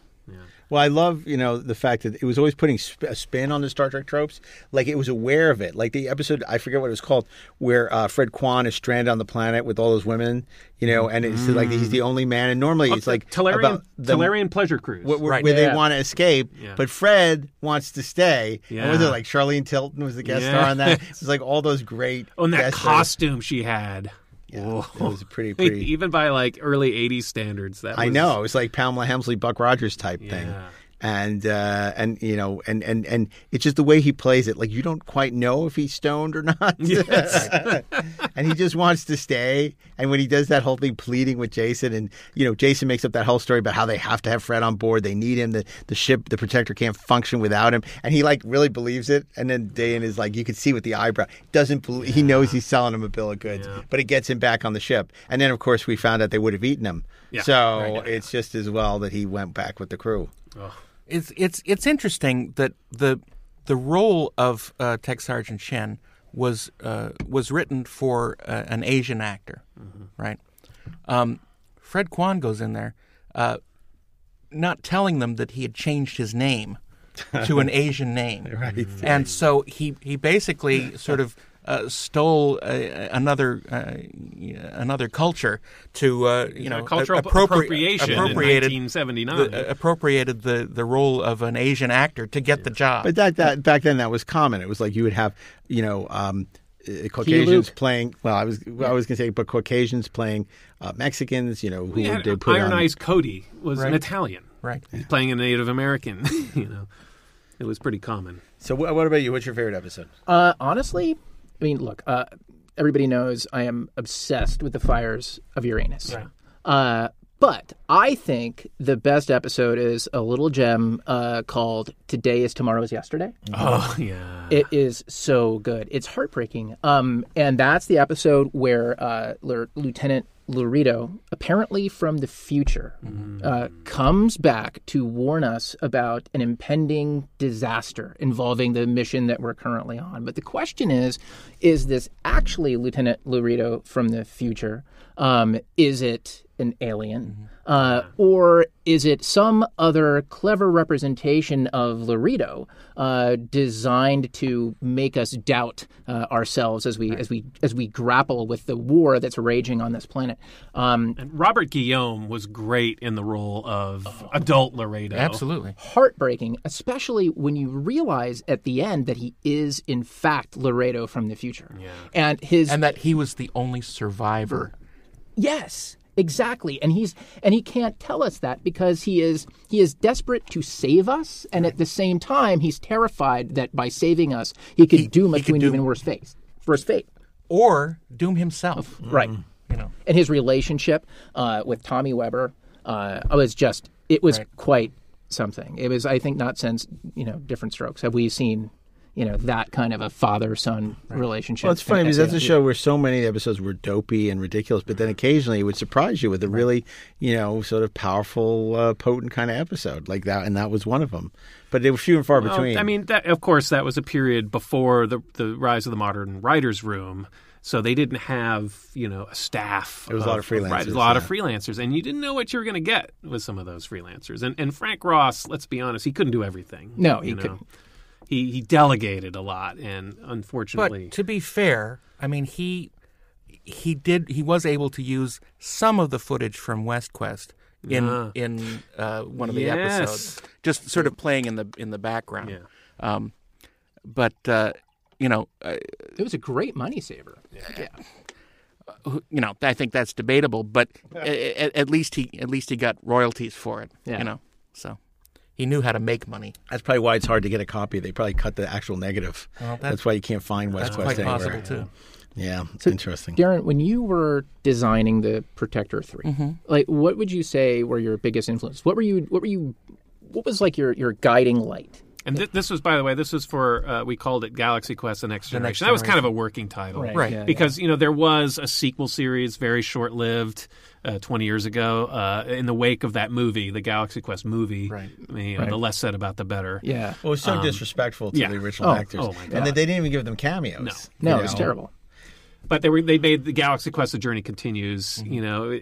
Well, I love you know the fact that it was always putting sp- a spin on the Star Trek tropes. Like it was aware of it. Like the episode I forget what it was called, where uh, Fred Kwan is stranded on the planet with all those women, you know, and it's like he's the only man. And normally
Oh,
it's like
Talarian,
about them-
Talarian Uh, pleasure cruise.
wh- wh-
Right.
where
Yeah.
they want to escape,
Yeah.
but Fred wants to stay. And was it
Yeah.
like Charlene Tilton was the guest
Yeah.
star on that? It was like all those great.
on that
guest stars.
costume she had. Whoa.
It was pretty pretty.
Even by like early '80s standards, that
I
was-
know. It was like Pamela Hemsley, Buck Rogers type thing.
Yeah.
And uh, and you know and, and and it's just the way he plays it. Like you don't quite know if he's stoned or not. and he just wants to stay. And when he does that whole thing pleading with Jason, and you know Jason makes up that whole story about how they have to have Fred on board. They need him. The the ship, the Protector can't function without him. And he like really believes it. And then Dayan is like, you can see with the eyebrow, doesn't believe, he knows he's selling him a bill of goods, but it gets him back on the ship. And then of course we found out they would have eaten him.
Yeah.
So it's just as well that he went back with the crew.
it's it's it's interesting that the the role of uh, Tech Sergeant Chen was uh, was written for uh, an Asian actor,
Mm-hmm.
right? Um, Fred Kwan goes in there, uh, not telling them that he had changed his name to an Asian name, right? And so he he basically sort of. Uh, stole uh, another uh, another culture to uh, you know
a cultural
appropri-
appropriation
appropriated
in 1979.
uh,
the, uh, appropriated the, the role of an Asian actor to get the job.
But that, that back then that was common. It was like you would have you know um, uh, Caucasians
Luke.
playing. Well, I was well, I was gonna say, but Caucasians playing uh, Mexicans. You know who
We
would
had
they put
Iron
on?
Eyes Cody was an
Right.
Italian.
right.
He's playing a Native American. you know, it was pretty common.
So what, what about you? What's your favorite episode?
Uh, honestly, I mean, look, uh, everybody knows I am obsessed with the fires of Uranus. Uh, but I think the best episode is a little gem uh, called "Today is Tomorrow's Yesterday."
Mm-hmm.
Oh yeah.
It is so good. It's heartbreaking. Um, and that's the episode where uh, Lir- Lieutenant Lurito, apparently from the future, uh, comes back to warn us about an impending disaster involving the mission that we're currently on. But the question is, is this actually Lieutenant Lurito from the future? Um, is it an alien? Uh, or is it some other clever representation of Laredo uh, designed to make us doubt uh, ourselves as we as we as we grapple with the war that's raging on this planet? Um,
And Robert Guillaume was great in the role of adult Laredo.
Absolutely.
heartbreaking, especially when you realize at the end that he is in fact Laredo from the future, and his
And that he was the only survivor.
Yes, exactly. And he's and he can't tell us that because he is he is desperate to save us, and at the same time, he's terrified that by saving us, he could doom us to an even worse fate. Worse fate.
Or Doom himself.
Right.
You know.
And his relationship uh, with Tommy Weber uh, was just it was quite something. It was, I think, not since you know different strokes have we seen. You know that kind of a father-son relationship.
Well, it's funny
And-
because that's a
yeah.
show where so many episodes were dopey and ridiculous, but then occasionally it would surprise you with a really, you know, sort of powerful, uh, potent kind of episode like that, and that was one of them. But they were few and far
Well,
between.
Oh, I mean, that, of course, that was a period before the the rise of the modern writers' room. So they didn't have, you know, a staff. It
was a lot of freelancers,
a lot of
yeah.
freelancers, and you didn't know what you were going to get with some of those freelancers. And and Frank Ross, let's be honest, he couldn't do everything.
No, he
you know.
couldn't.
He he delegated a lot, and unfortunately,
But to be fair, I mean he he did he was able to use some of the footage from WestQuest in in uh, one of the
Yes.
episodes, just sort of playing in the in the background.
Yeah.
Um, but uh, you know, uh,
It was a great money saver.
who- you know, I think that's debatable, but at, at least he at least he got royalties for it.
Yeah.
You know, so he knew how to make money.
that's probably why it's hard to get a copy. They probably cut the actual negative.
Well, that-
that's why you can't find West
That's
Quest
quite
anywhere.
possible too.
Yeah, interesting.
Darren, when you were designing the Protector 3 like what would you say were your biggest influences? What were you? What were you? What was like your your guiding light?
and th- this was, by the way, this was for uh, we called it Galaxy Quest: The Next Generation.
Next
That was kind of a working title,
Right.
Yeah,
because you know there was a sequel series very short lived uh, 20 years ago uh, in the wake of that movie the galaxy quest movie
Right.
I mean, you know, the less said about the better
yeah.
Well, it was so disrespectful to
Um, yeah.
the original
Oh,
actors,
oh my
and they, they didn't even give them cameos.
No,
you
it's
know?
terrible.
but they were they made the Galaxy Quest: The Journey Continues.
Mm-hmm.
You know, i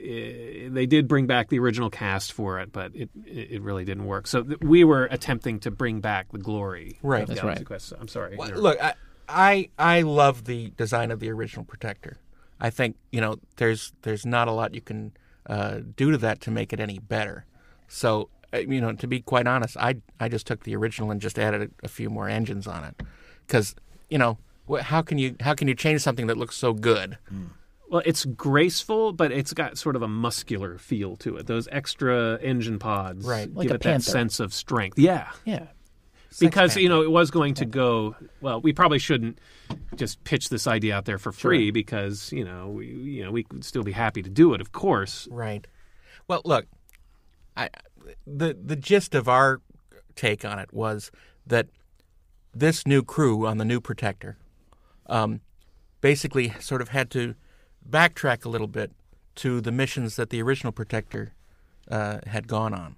i they did bring back the original cast for it, but it it really didn't work. So th- we were attempting to bring back the glory.
Right.
of
That's
Galaxy
right.
Quest. I'm sorry.
Well,
you know.
Look, I, I I love the design of the original protector. I think you know there's there's not a lot you can uh, do to that to make it any better. So uh, you know, to be quite honest, I I just took the original and just added a, a few more engines on it because you know wh- how can you how can you change something that looks so good?
Well, it's graceful, but it's got sort of a muscular feel to it. Those extra engine pods
Right.
give
Like a
it that
panther.
sense of strength. Yeah.
Yeah.
because you know it was going to go well we probably shouldn't just pitch this idea out there for free because you know we, you know we would still be happy to do it of course
Right. Well, look, I the the gist of our take on it was that this new crew on the new protector um, basically sort of had to backtrack a little bit to the missions that the original protector uh, had gone on,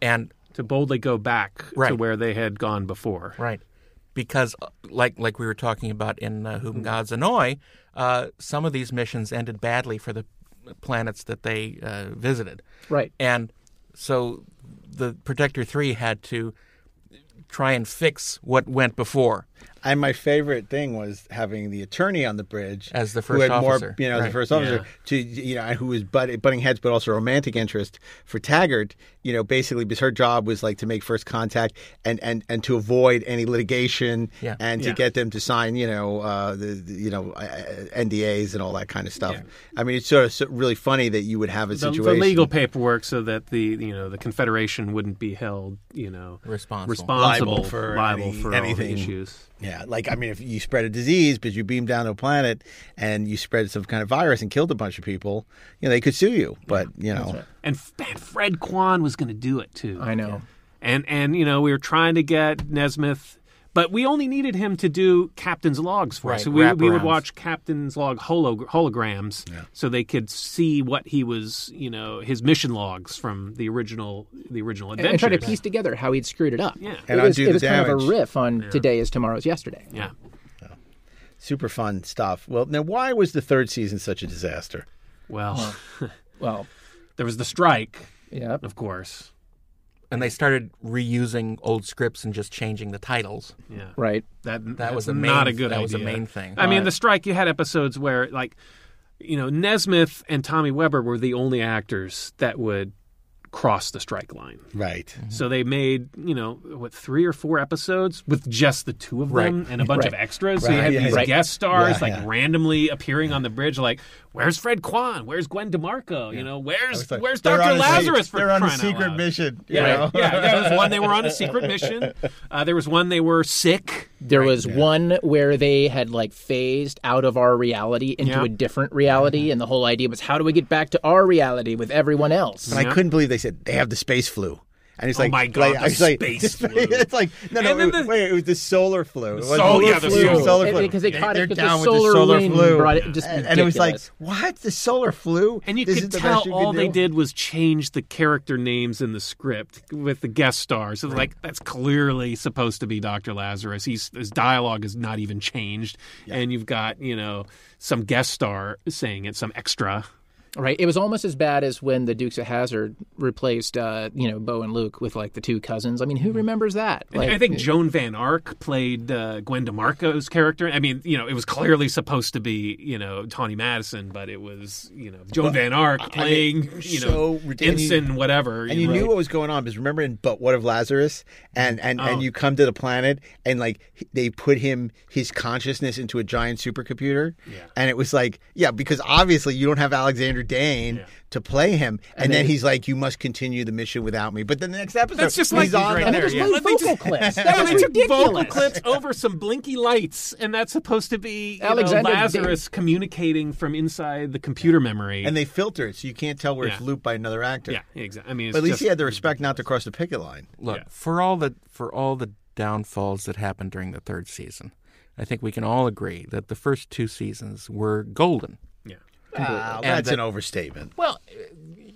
and
to boldly go back to
Right.
where they had gone before
Right. Because, uh, like like we were talking about in uh, Whom Gods Annoy, uh, some of these missions ended badly for the uh, planets that they uh, visited.
Right.
And so the Protector 3 had to try and fix what went before.
And my favorite thing was having the attorney on the bridge
As the
who
first
had more,
officer.
you know, the
Right.
first officer to you know, who was butt, butting heads, but also romantic interest for Taggart. You know, basically because her job was like to make first contact and and and to avoid any litigation
Yeah.
and to
Yeah.
get them to sign, you know, uh, the, the you know uh, NDAs and all that kind of stuff. I mean, it's sort of so, really funny that you would have a
the, the
situation
legal paperwork so that the you know the confederation wouldn't be held you know
Responsible.
responsible
Liable for
liable
any-
for all the
anything.
issues
Yeah, like I mean, if you spread a disease because you beamed down to a planet and you spread some kind of virus and killed a bunch of people, you know they could sue you. But you know,
and f- man, Fred Kwan was going to do it too
I know.
and and you know we were trying to get Nesmith, but we only needed him to do captain's logs for us.
Right,
So we, we would
wraparounds.
watch captain's log holo, holograms, so they could see what he was, you know, his mission logs from the original the original
And try
adventure.
to piece together how he'd screwed it up.
yeah,
And
it was,
undo the
it was kind of a
damage.
riff on today is tomorrow's yesterday.
yeah.
super fun stuff. Well, now why was the third season such a disaster?
Well,
Well,
there was the strike,
yeah.
of course.
And they started reusing old scripts and just changing the titles.
Yeah,
Right.
That
That was the
that's
main-
not a good.
that was the
idea.
main thing.
I mean, the strike. You had episodes where like, you know, Nesmith and Tommy Weber were the only actors that would cross the strike line.
Right.
Mm-hmm. So they made, you know, what three or four episodes with just the two of them and a bunch of extras. So you
Right,
had
yeah,
these
yeah.
guest stars
Yeah,
like
yeah.
randomly appearing on the bridge, like, "Where's Fred Kwan? Where's Gwen DeMarco? You know, where's
It's like,
where's
they're
Doctor
on a se-
Lazarus?" for
they're on a
crying out
secret
loud.
mission. You
Yeah,
know?
yeah, yeah. There was one they were on a secret mission. Uh, there was one they were sick.
There was one where they had like phased out of our reality into
Yeah.
a different reality, and the whole idea was how do we get back to our reality with everyone else?
And I couldn't believe they said they have the space flu. And it's like,
Oh my God,
like,
the
I was like,
space flu.
It's like, no, no,
And then
it-
the-
wait, it was the solar flu. It wasn't
solar-
the
yeah, the
flu.
solar-
solar
And-
flu.
because they caught
They're
it with
down
the
with
solar,
solar
wind
flu.
brought it just
and, and it was like,
ridiculous.
what? The solar flu?
And you
This is
could
the best
tell
you can
all they
do?
did was change the character names in the script with the guest stars. So like that's clearly supposed to be Dr. Lazarus. He's his dialogue is not even changed. And you've got, you know, some guest star saying it, some extra.
right? It was almost as bad as when the Dukes of Hazard replaced, uh, you know, Bo and Luke with like the two cousins. I mean,
Mm-hmm.
who remembers that? Like,
I think Joan Van Ark played uh, Gwen DeMarco's character. I mean, you know, it was clearly supposed to be, you know, Tawny Madison, but it was, you know, Joan Van Ark playing, you
so
know,
ridiculous.
ensign whatever.
and you
know.
knew what was going on because remember in but what of lazarus and and
Oh.
and you come to the planet and like h- they put him his consciousness into a giant supercomputer and it was like yeah because obviously you don't have alexander dane to play him and, then he's like you must continue the mission without me but then the next episode
That's just
he's
like
on
right
the-
and
there,
they just
yeah. Let
played
me
vocal
just-
clips. That was
they took vocal
ridiculous.
clips over some blinky lights, and that's supposed to be you know,
Alexander
Lazarus communicating from inside the computer memory.
and they filter it so you can't tell where it's
Yeah.
looped by another actor
yeah, exactly. I mean, it's
but at least
just,
he had the respect not to cross the picket line
Look,
Yeah.
for all the for all the downfalls that happened during the third season, I think we can all agree that the first two seasons were golden.
yeah.
Ah, that's
that-
an overstatement
Well,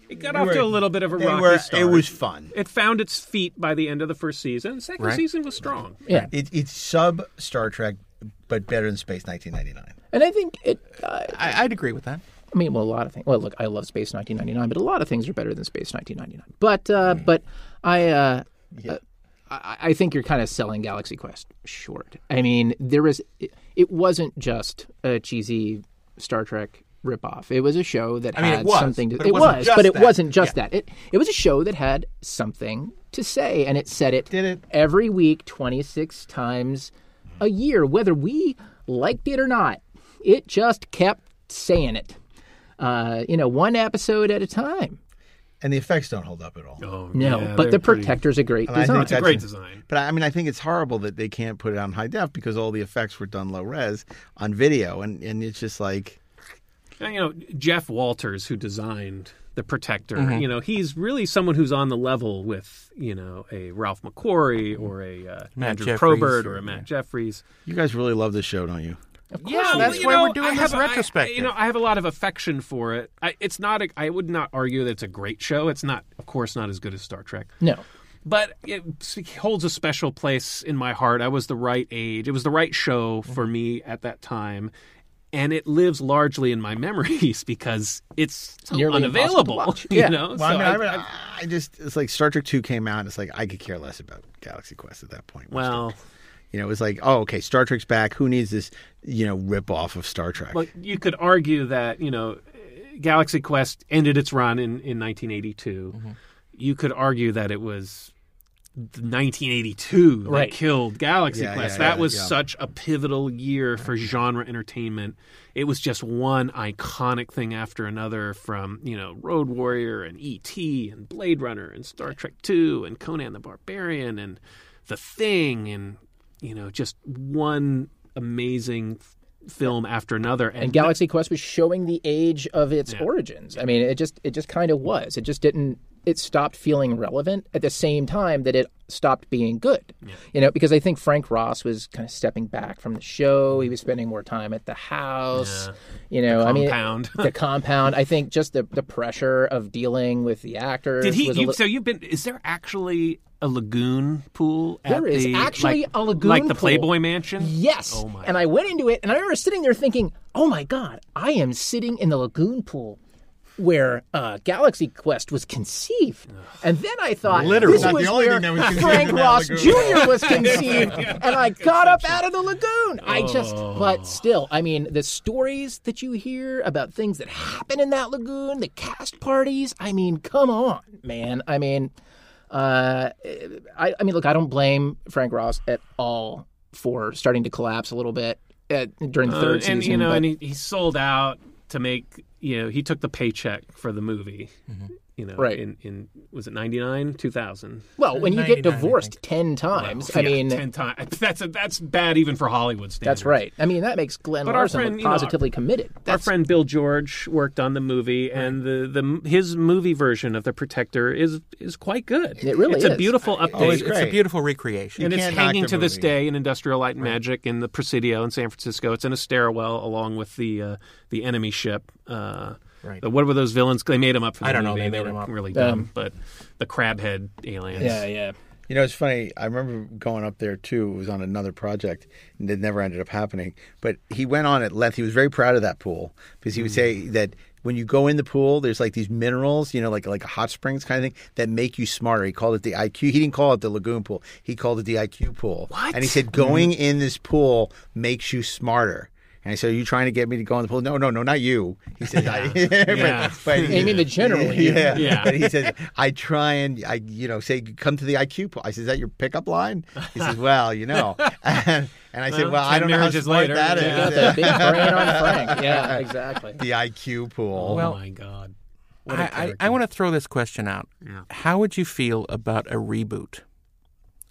It got off to a little bit of a
They
rocky
were-
start.
it was fun
It found its feet by the end of the first season. Second
Right.
season was strong.
yeah.
It, it's sub Star Trek, but better than Space 1999.
And I think it. Uh,
I, I'd agree with that.
I mean, well, a lot of things. Well, look, I love Space 1999, but a lot of things are better than Space 1999. But uh,
Mm.
but I. Uh, uh, I I think you're kind of selling Galaxy Quest short. I mean, there was, it- it wasn't just a cheesy Star Trek ripoff. It was a show that
I mean, it
had
was,
something to.
but it wasn't
was,
just
but it
that.
wasn't just that. It it was a show that had something to say, and it said it, Did it every week, 26 times a year, whether we liked it or not. It just kept saying it. Uh, you know, one episode at a time.
And the effects don't hold up at all.
Oh,
No,
yeah,
but
they're
the
pretty-
Protector's a great
I think
design.
that's-
great design.
But I I mean, I think it's horrible that they can't put it on high def because all the effects were done low res on video, and, and it's just like
And, you know Jeff Walters, who designed the Protector.
Mm-hmm.
You know he's really someone who's on the level with you know a Ralph McQuarrie or a uh,
Matt
Andrew
Jeffries
Probert or
or-
a Matt Jeffries.
you guys really love this show, don't you?
Yeah,
Well,
that's
you
why
know,
we're doing
I
this
have a- I-
retrospective.
you know, I have a lot of affection for it. I, it's not. A, I would not argue that it's a great show. It's not, of course, not as good as Star Trek.
No.
but it holds a special place in my heart. I was the right age. It was the right show for me at that time. And it lives largely in my memories because it's so
Nearly impossible to
unavailable.
watch.
You
Yeah.
know,
Well,
So
I
I-
mean, I,
I-
I, I just it's like Star Trek Two came out, and it's like I could care less about Galaxy Quest at that point.
well,
you know, it's like oh, okay, Star Trek's back. Who needs this, you know, rip off of Star Trek?
well, you could argue that you know, Galaxy Quest ended its run in in 1982.
Mm-hmm.
You could argue that it was. 1982
Right.
that killed Galaxy
Yeah,
Quest.
yeah,
that
yeah,
was
yeah.
such a pivotal year for genre entertainment. It was just one iconic thing after another from, you know, Road Warrior and E.T. and Blade Runner and Star Trek II and Conan the Barbarian and The Thing and, you know, just one amazing f- film after another.
And Galaxy Quest was showing the age of its origins. I mean, it just it just kind of was. It just didn't it stopped feeling relevant at the same time that it stopped being good. You know, because I think Frank Ross was kind of stepping back from the show. He was spending more time at the house. You know, I mean
Compound.
the compound. I think just the the pressure of dealing with the actors
Did he?
was a
You,
little-
so you've been? Is there actually a lagoon pool? at
There is
the-
actually
like-
a lagoon
like the
pool.
Playboy Mansion.
Yes.
Oh my.
And I went into it, and I remember sitting there thinking, "Oh my god, I am sitting in the lagoon pool." Where uh, Galaxy Quest was conceived, and then I thought
Literally.
this
Not
was
the only
where
thing that was conceived
Frank
in that
Ross
lagoon.
Jr. was conceived, and I got up out of the lagoon. I just,
Oh.
but still, I mean, the stories that you hear about things that happen in that lagoon, the cast parties. I mean, come on, man. I mean, uh, I, I mean, look, I don't blame Frank Ross at all for starting to collapse a little bit at, during the
Uh,
third
and
season.
you know,
but
and he, he sold out to make. You know, he took the paycheck for the movie. You know,
Mm-hmm. Right.
In, in was it ninety nine, two thousand?
well, when you get
99, I
divorced ten times, I mean,
ten times. That's a, that's bad even for Hollywood standards.
that's right. I mean, that makes Glenn
But our
Larson
friend,
look
you know,
positively committed.
Our
That's
friend Bill George worked on the movie, and the, the his movie version of the Protector is is quite good.
It really
it's
is.
a beautiful update.
it's
it's a
great.
beautiful recreation.
and
can't
it's
knock
hanging
the
to this
movie.
day in Industrial Light and Magic in the Presidio in San Francisco. It's in a stairwell along with the uh, the enemy ship. Uh,
Right.
the- what were those villains? They made them up for the
I don't know.
movie.
They
They,
made
were
'em up.
really dumb, but the crabhead aliens.
Um, yeah.
You know, it's funny. I remember going up there too. It was on another project, and it never ended up happening. But he went on at length. He was very proud of that pool because he would
Mm.
say that when you go in the pool, there's like these minerals, you know, like like a hot springs kind of thing that make you smarter. He called it the IQ. He didn't call it the lagoon pool. He called it the IQ pool.
What? Mm.
And he said going in this pool makes you smarter. And I said, "Are you trying to get me to go in the pool?" No, no, no, not you. He said, I, but-
Yeah.
but,
I mean, the general. you-
yeah.
Yeah.
And he says, I try and I, you know, say, come to the IQ pool. I said, is that your pickup line? He says, well, you know. And, and I said,
Well,
well, I
ten
don't know how
marriages
smart
later,
that is. uh,
yeah.
Got that big brain on Frank. Yeah, exactly.
The IQ pool.
Oh
Well-
my god.
I, I, I want to throw this question out. How would you feel about a reboot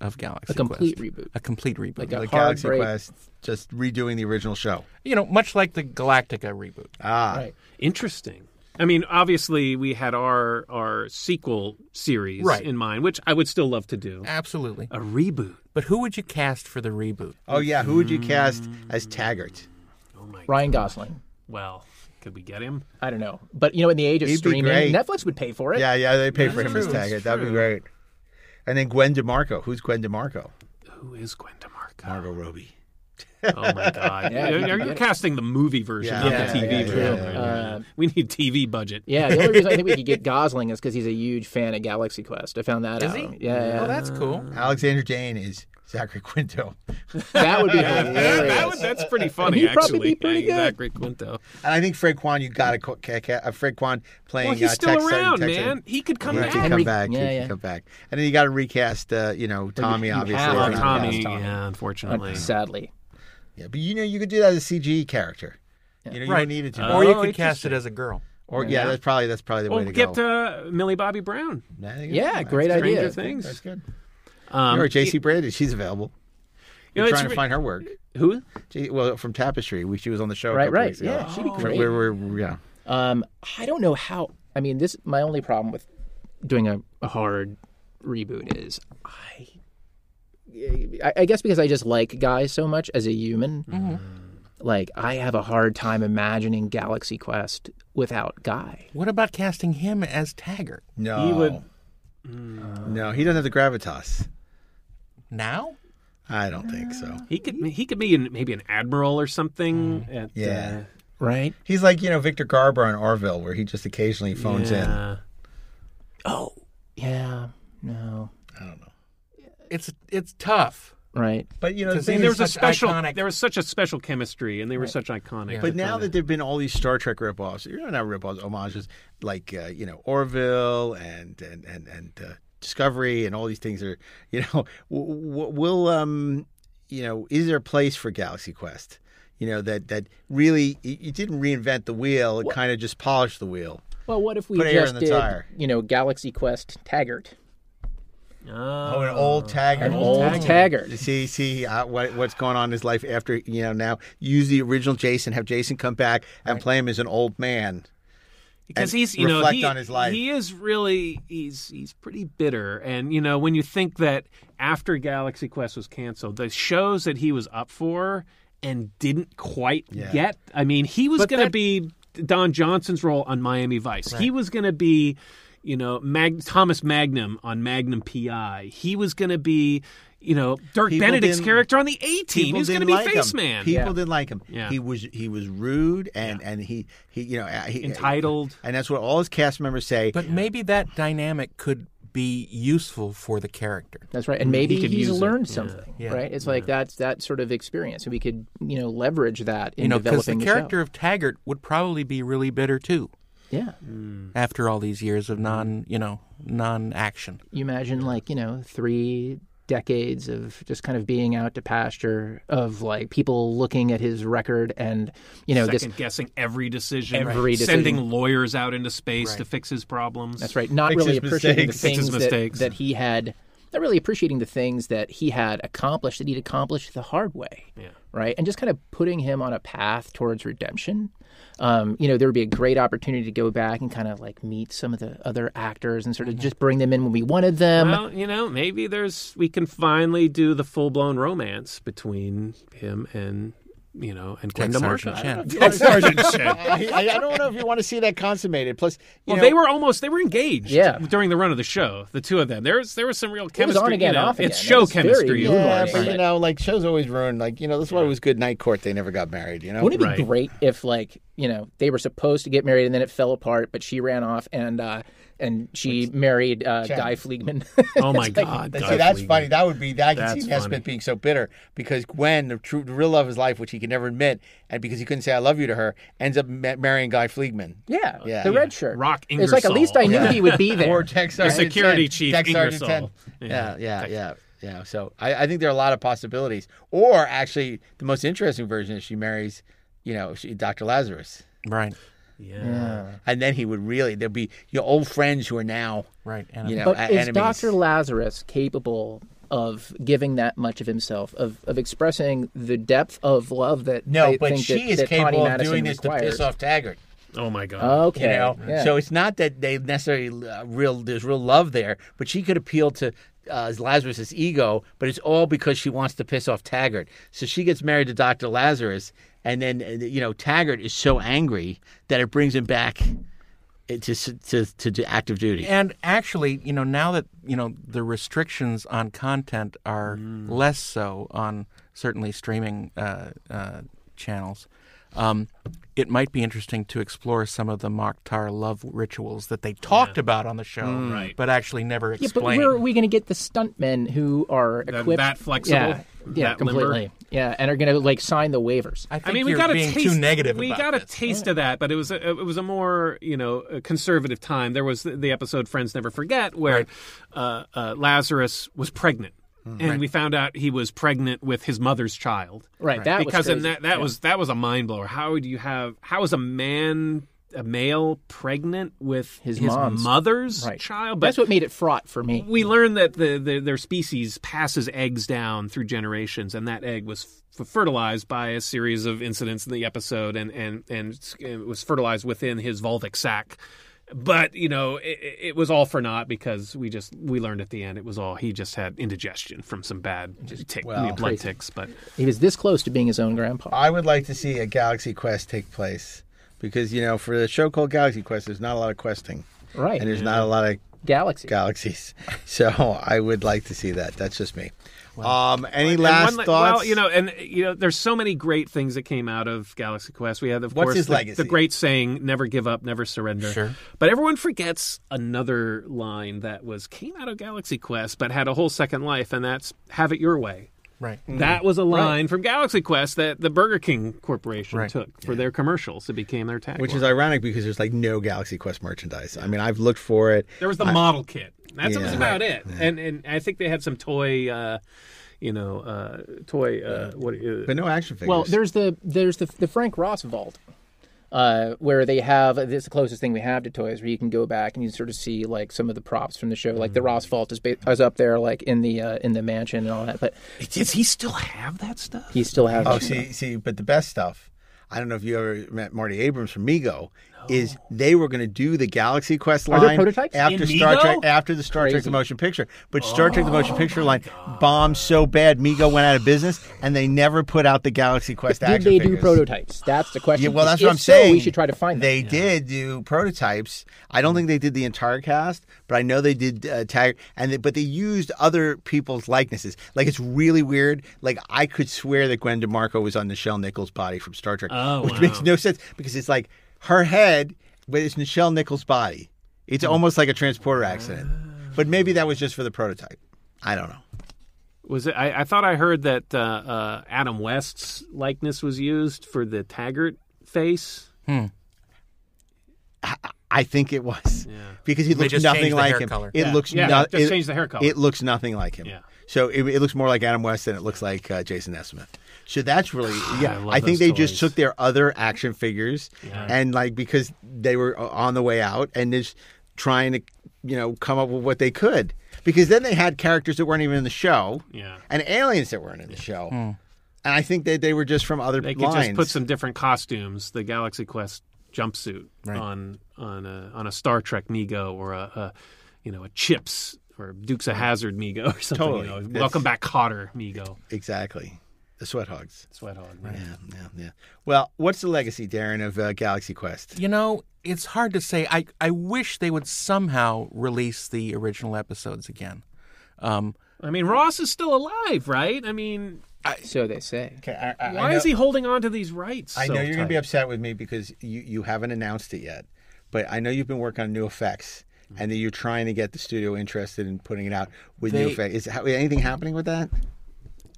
of Galaxy
A complete
Quest?
reboot.
A complete reboot.
Like a
the
hard
Galaxy
break.
Quest, just redoing the original show.
you know, much like the Galactica reboot.
Ah,
Right.
Interesting. I mean, obviously, we had our our sequel series
Right.
in mind, which I would still love to do.
Absolutely.
A reboot.
But who would you cast for the reboot?
oh yeah. Who would you cast
Mm.
as Taggart?
Oh my.
Ryan Gosling.
Well, could we get him?
I don't know, but you know, in the age of
He'd be
streaming,
great.
Netflix would pay for it.
Yeah, yeah. They pay for him as
true, that's
Taggart. That'd be great. And then Gwen DeMarco. Who's Gwen DeMarco?
Who is Gwen DeMarco?
Margot Robbie.
Oh my god!
Yeah, you
Are-
can
Are
get
you
it.
casting the movie version,
Yeah,
not
yeah,
the TV
yeah,
version?
yeah,
right?
yeah.
we need TV budget.
Yeah, the only reason I think we could get Gosling is because he's a huge fan of Galaxy Quest. I found that
Is
out.
he?
Yeah, yeah.
Oh, that's cool.
Alexander Dane is Zachary Quinto.
that would be
Yeah,
hilarious.
that was, that's pretty funny.
He'd probably
actually,
be pretty
yeah,
good.
Zachary Quinto.
And I think Fred Kwan, you got to kick uh, Fred Kwan playing.
Well, he's
uh,
still
Tex-
around,
Tex-
man. He could come
He
back.
can
Henry-
come back.
yeah,
he
yeah.
can come back. And then you got to recast, uh, you know, Tommy,
you
obviously.
have
Oh,
around
to
the
Tommy,
cast.
Tommy.
yeah, unfortunately.
Sadly,
Yeah, but you know, you could do that as a CG character. You know, you
Right.
needed to.
Uh,
Or you
Oh,
could cast it as a girl.
or yeah, that's probably that's probably the
Well,
way to
get
go.
uh, Millie Bobby Brown.
I think
yeah,
that's-
great
Stranger
idea.
Things.
That's good.
Um,
or JC Brady, she's available.
you know,
We're
it's
trying to
re-
find her work.
who?
She- well, from Tapestry, we, she was on the show. a
Right,
couple
right.
weeks ago.
Yeah, she'd be
From
great.
Where we're, yeah.
Um, I don't know how. I mean, this my only problem with doing a, a hard reboot is I, I, I guess because I just like guys so much as a human.
Mm-hmm.
Like I have a hard time imagining Galaxy Quest without Guy.
What about casting him as Taggart?
No,
He would-
No, he doesn't have the gravitas.
Now?
I don't think so.
He could he could be an, maybe an admiral or something. at, uh,
Yeah.
Right?
He's like you know Victor Garber on Orville, where he just occasionally
uh,
phones in.
yeah.
Oh, yeah. No.
I don't know.
It's it's tough.
Right.
But you know, the
Does
thing
he-
is-
There was a
Such
special.
iconic-
There was such a special chemistry, and they were such iconic.
Yeah.
They're
But now
trying
that there've been all these Star Trek ripoffs, you know, not ripoffs, homages like uh, you know Orville and and and and uh, Discovery and all these things are you know w- w- will um you know is there a place for Galaxy Quest? You know that that really it, it didn't reinvent the wheel; it kind of just polished the wheel.
Well, what if we
Put air in
just
the
did,
tire.
you know, Galaxy Quest Taggart,
to- Ah.
Oh, an old tagger.
Uh, an old Taggart?
See, see uh, what, what's going on in his life after you know. Now use the original Jason. Have Jason come back and play him as an old man.
because
and
he's you know
reflect
he,
on his life.
he is really he's he's pretty bitter and you know when you think that after galaxy quest was canceled the shows that he was up for and didn't quite get i mean he was going to be don johnson's role on miami vice he was going to be you know Mag- thomas magnum on magnum pi he was going to be you know dirk
People
benedict's
didn't-
character on the a team he
People
was going to
didn't
be
like
face
him.
man
People
Yeah.
didn't like him.
Yeah.
He was he was rude and and he he you know uh, he,
entitled
and that's what all his cast members say.
But maybe that dynamic could be useful for the character.
That's right. And maybe
he could
he's
use it.
learned
Yeah.
something,
Yeah.
right? It's like that's that sort of experience, and we could you know leverage that in
You know, because the
developing
character of Taggart would probably be really bitter too
show. Yeah,
after all these years of non, you know, non-action.
you imagine like you know three decades of just kind of being out to pasture of like people looking at his record and you know this
second guessing every decision,
Every
sending
decision.
lawyers out into space to fix his problems.
That's right. Not
Fix
really
his
appreciating
mistakes.
the
Fix his
things that,
mistakes.
that he had. Not really appreciating the things that he had accomplished that he'd accomplished the hard way.
Yeah.
Right. And just kind of putting him on a path towards redemption. Um, you know, there would be a great opportunity to go back and kind of like meet some of the other actors and sort of just bring them in when we wanted them.
Mm-hmm. Well, you know, maybe there's we can finally do the full blown romance between him and you know and Glenda
Sergeant
Marshall.
Chen.
Sergeant Chen.
I, I I don't know if you want to see that consummated. Plus, you
Well,
know,
they were almost they were engaged
Yeah.
during the run of the show, the two of them. There's there was some real
on
chemistry.
again,
you know,
off again.
It's
It
show
was very
chemistry.
Yeah,
Yeah,
Right,
but you
right.
know, like shows always ruined. Like you know, that's why it was Good Night Court. They never got married. You know,
Wouldn't it be
Right.
great if, like, you know, they were supposed to get married and then it fell apart, but she ran off and uh, and she married uh, Guy Fleegman.
Oh my god.
They
Doug
say that's
Fleegman.
funny. That would be. I can
That's
see Nesbitt
funny.
being so bitter because Gwen, the true, the real love of his life, which he could never admit, and because he couldn't say "I love you" to her, ends up ma- marrying Guy Fleegman.
yeah,
Yeah.
the
Yeah.
red shirt.
Rock
It's like at least I knew
Ingersoll.
he would be there.
Or Tex Sergeant
security
10.
chief,
Tex Sergeant
Ingersoll.
10. Yeah, yeah, yeah, yeah. So I, I think there are a lot of possibilities. Or actually, the most interesting version is she marries, you know, she, Dr. Lazarus,
Right.
Yeah.
and then he would really there'll be your old friends who are now,
Right. And
you know,
But
a-
is
enemies.
Dr. Lazarus capable of giving that much of himself, of, of expressing the depth of love that
no,
I
but
think
she
that,
is
that Connie
capable of
Madison
doing this
requires.
to piss off Taggart.
Oh my god.
Okay.
You know,
yeah.
so it's not that they necessarily uh, real. There's real love there, but she could appeal to uh, Lazarus's ego, but it's all because she wants to piss off Taggart. So she gets married to Doctor Lazarus, and then uh, you know Taggart is so angry that it brings him back uh, to s- to to, to active duty.
And actually, you know, now that you know the restrictions on content are less so on certainly streaming uh, uh, channels, um, it might be interesting to explore some of the Mokhtar love rituals that they talked about on the show,
Right.
but actually never
Yeah, but
explained.
where are we going to get the stuntmen who are
That,
equipped?
that flexible.
yeah, yeah,
that
completely.
Limber.
Yeah, and are going to like sign the waivers.
I think
I mean, we
you're
got a
being
taste.
too negative.
we
about
got a
this.
taste of that, but it was a, it was a more you know a conservative time. There was the, the episode "Friends Never Forget" where uh, uh, Lazarus was pregnant,
Mm-hmm.
and we found out he was pregnant with his mother's child.
Right, that was
because in
crazy.
that that was that was a mind blower. How do you have how is a man a male pregnant with
His mom's.
mother's
Right.
child?
That's what made it fraught for me.
we learned that the, the their species passes eggs down through generations, and that egg was f- fertilized by a series of incidents in the episode, and and and s- it was fertilized within his vulvic sac. But you know, it, it was all for naught because we just we learned at the end it was all he just had indigestion from some bad tick, blood ticks. But
He was this close to being his own
Uh,
grandpa.
I would like to see a Galaxy Quest take place because you know, for a show called Galaxy Quest, there's not a lot of questing,
Right,
and there's not a lot of
galaxy.
galaxies. So I would like to see that. That's just me. um, any last
And one la-
thoughts?
Well, you know, and you know, there's so many great things that came out of Galaxy Quest. We had, of
What's
course,
his
the,
legacy?
the great saying, "Never give up, never surrender."
Sure.
But everyone forgets another line that was came out of Galaxy Quest, but had a whole second life, and that's "Have it your way."
right.
That was a line from Galaxy Quest that the Burger King Corporation
Right.
took for their commercials. It became their tagline.
which is ironic because there's like no Galaxy Quest merchandise. I mean, I've looked for it.
there was the model kit. That's
Yeah.
was about it. And and I think they had some toy, uh, you know, uh, toy. Uh, what? Uh,
But no action figures.
Well, there's the there's the the Frank Ross vault, uh, where they have this is the closest thing we have to toys, where you can go back and you sort of see like some of the props from the show, like the
Mm-hmm.
Ross vault is, ba- is up there, like in the uh, in the mansion and all that. But
does he still have that stuff?
he still has.
Oh, see, see, but the best stuff. I don't know if you ever met Marty Abrams from Mego. Is they were going to do the Galaxy Quest
Are there
line
prototypes?
after
In
Star
Mego?
Trek after the Star Trek
Crazy.
the
Oh
Motion Picture, but Star Trek the Motion Picture line bombed so bad Mego went out of business, and they never put out the Galaxy Quest
Did
action
they do
figures.
prototypes? That's the question.
Yeah, well, that's
If
what I'm
so,
saying.
We should try to find them.
They did do prototypes. I
Hmm.
don't think they did the entire cast, but I know they did uh, tag. And they, but they used other people's likenesses. Like it's really weird. Like I could swear that Gwen DeMarco was on Nichelle Nichols' body from Star Trek,
Oh,
which
wow.
makes no sense because it's like her head, but it's Nichelle Nichols' body. It's
Hmm.
almost like a transporter accident.
Ah.
But maybe that was just for the prototype. I don't know.
Was it? I, I thought I heard that uh, uh, Adam West's likeness was used for the Taggart face.
I think it was because he
They
looks
just
nothing
changed the
like
hair
him.
color.
It
Yeah.
looks
Yeah,
no-
just
it-
change the hair color.
It looks nothing like him.
Yeah.
So it, it looks more like Adam West than it looks like uh, Jason Esmith. So that's really yeah.
I
I,
love
think
those
they just
toys.
took their other action figures and like because they were o- on the way out and just trying to you know come up with what they could because then they had characters that weren't even in the show
Yeah.
and aliens that weren't in the show. And I think that they were just from other
They could
lines.
just put some different costumes, the Galaxy Quest jumpsuit on on a on a Star Trek Mego or a, a you know a Chips or Dukes of Hazard Mego or something.
Totally.
You know,
That's-
Welcome back, Cotter Mego.
exactly the sweat hogs.
Sweat hog. Right?
Yeah, yeah, yeah. Well, what's the legacy, Darren, of uh, Galaxy Quest?
You know, it's hard to say. I, I wish they would somehow release the original episodes again. Um,
I mean, Ross is still alive, right? I mean,
so they say.
Okay, I, I,
why is he holding on to these rights?
I
so
know you're going to be
tight?
upset with me because you, you haven't announced it yet, but I know you've been working on new effects and that you're trying to get the studio interested in putting it out with new
They-
effects. Is ha- anything happening with that?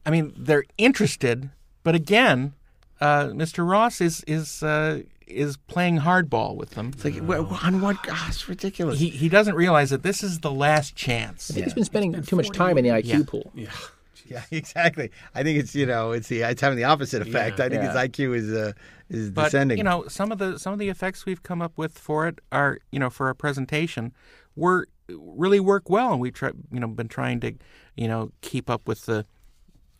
I mean, they're interested, but again, uh, Mr. Ross is is uh, is playing hardball with them.
It's like, wh- wh- on what? Gosh, it's ridiculous.
He he doesn't realize that this is the last chance.
He's been spending too much time in the IQ pool.
yeah, exactly. I think it's, you know, it's the it's having the opposite effect. I think
Yeah.
his IQ is uh, is
But
descending.
you know, some of the some of the effects we've come up with for it are you know for our presentation were really work well, and we try you know been trying to you know keep up with the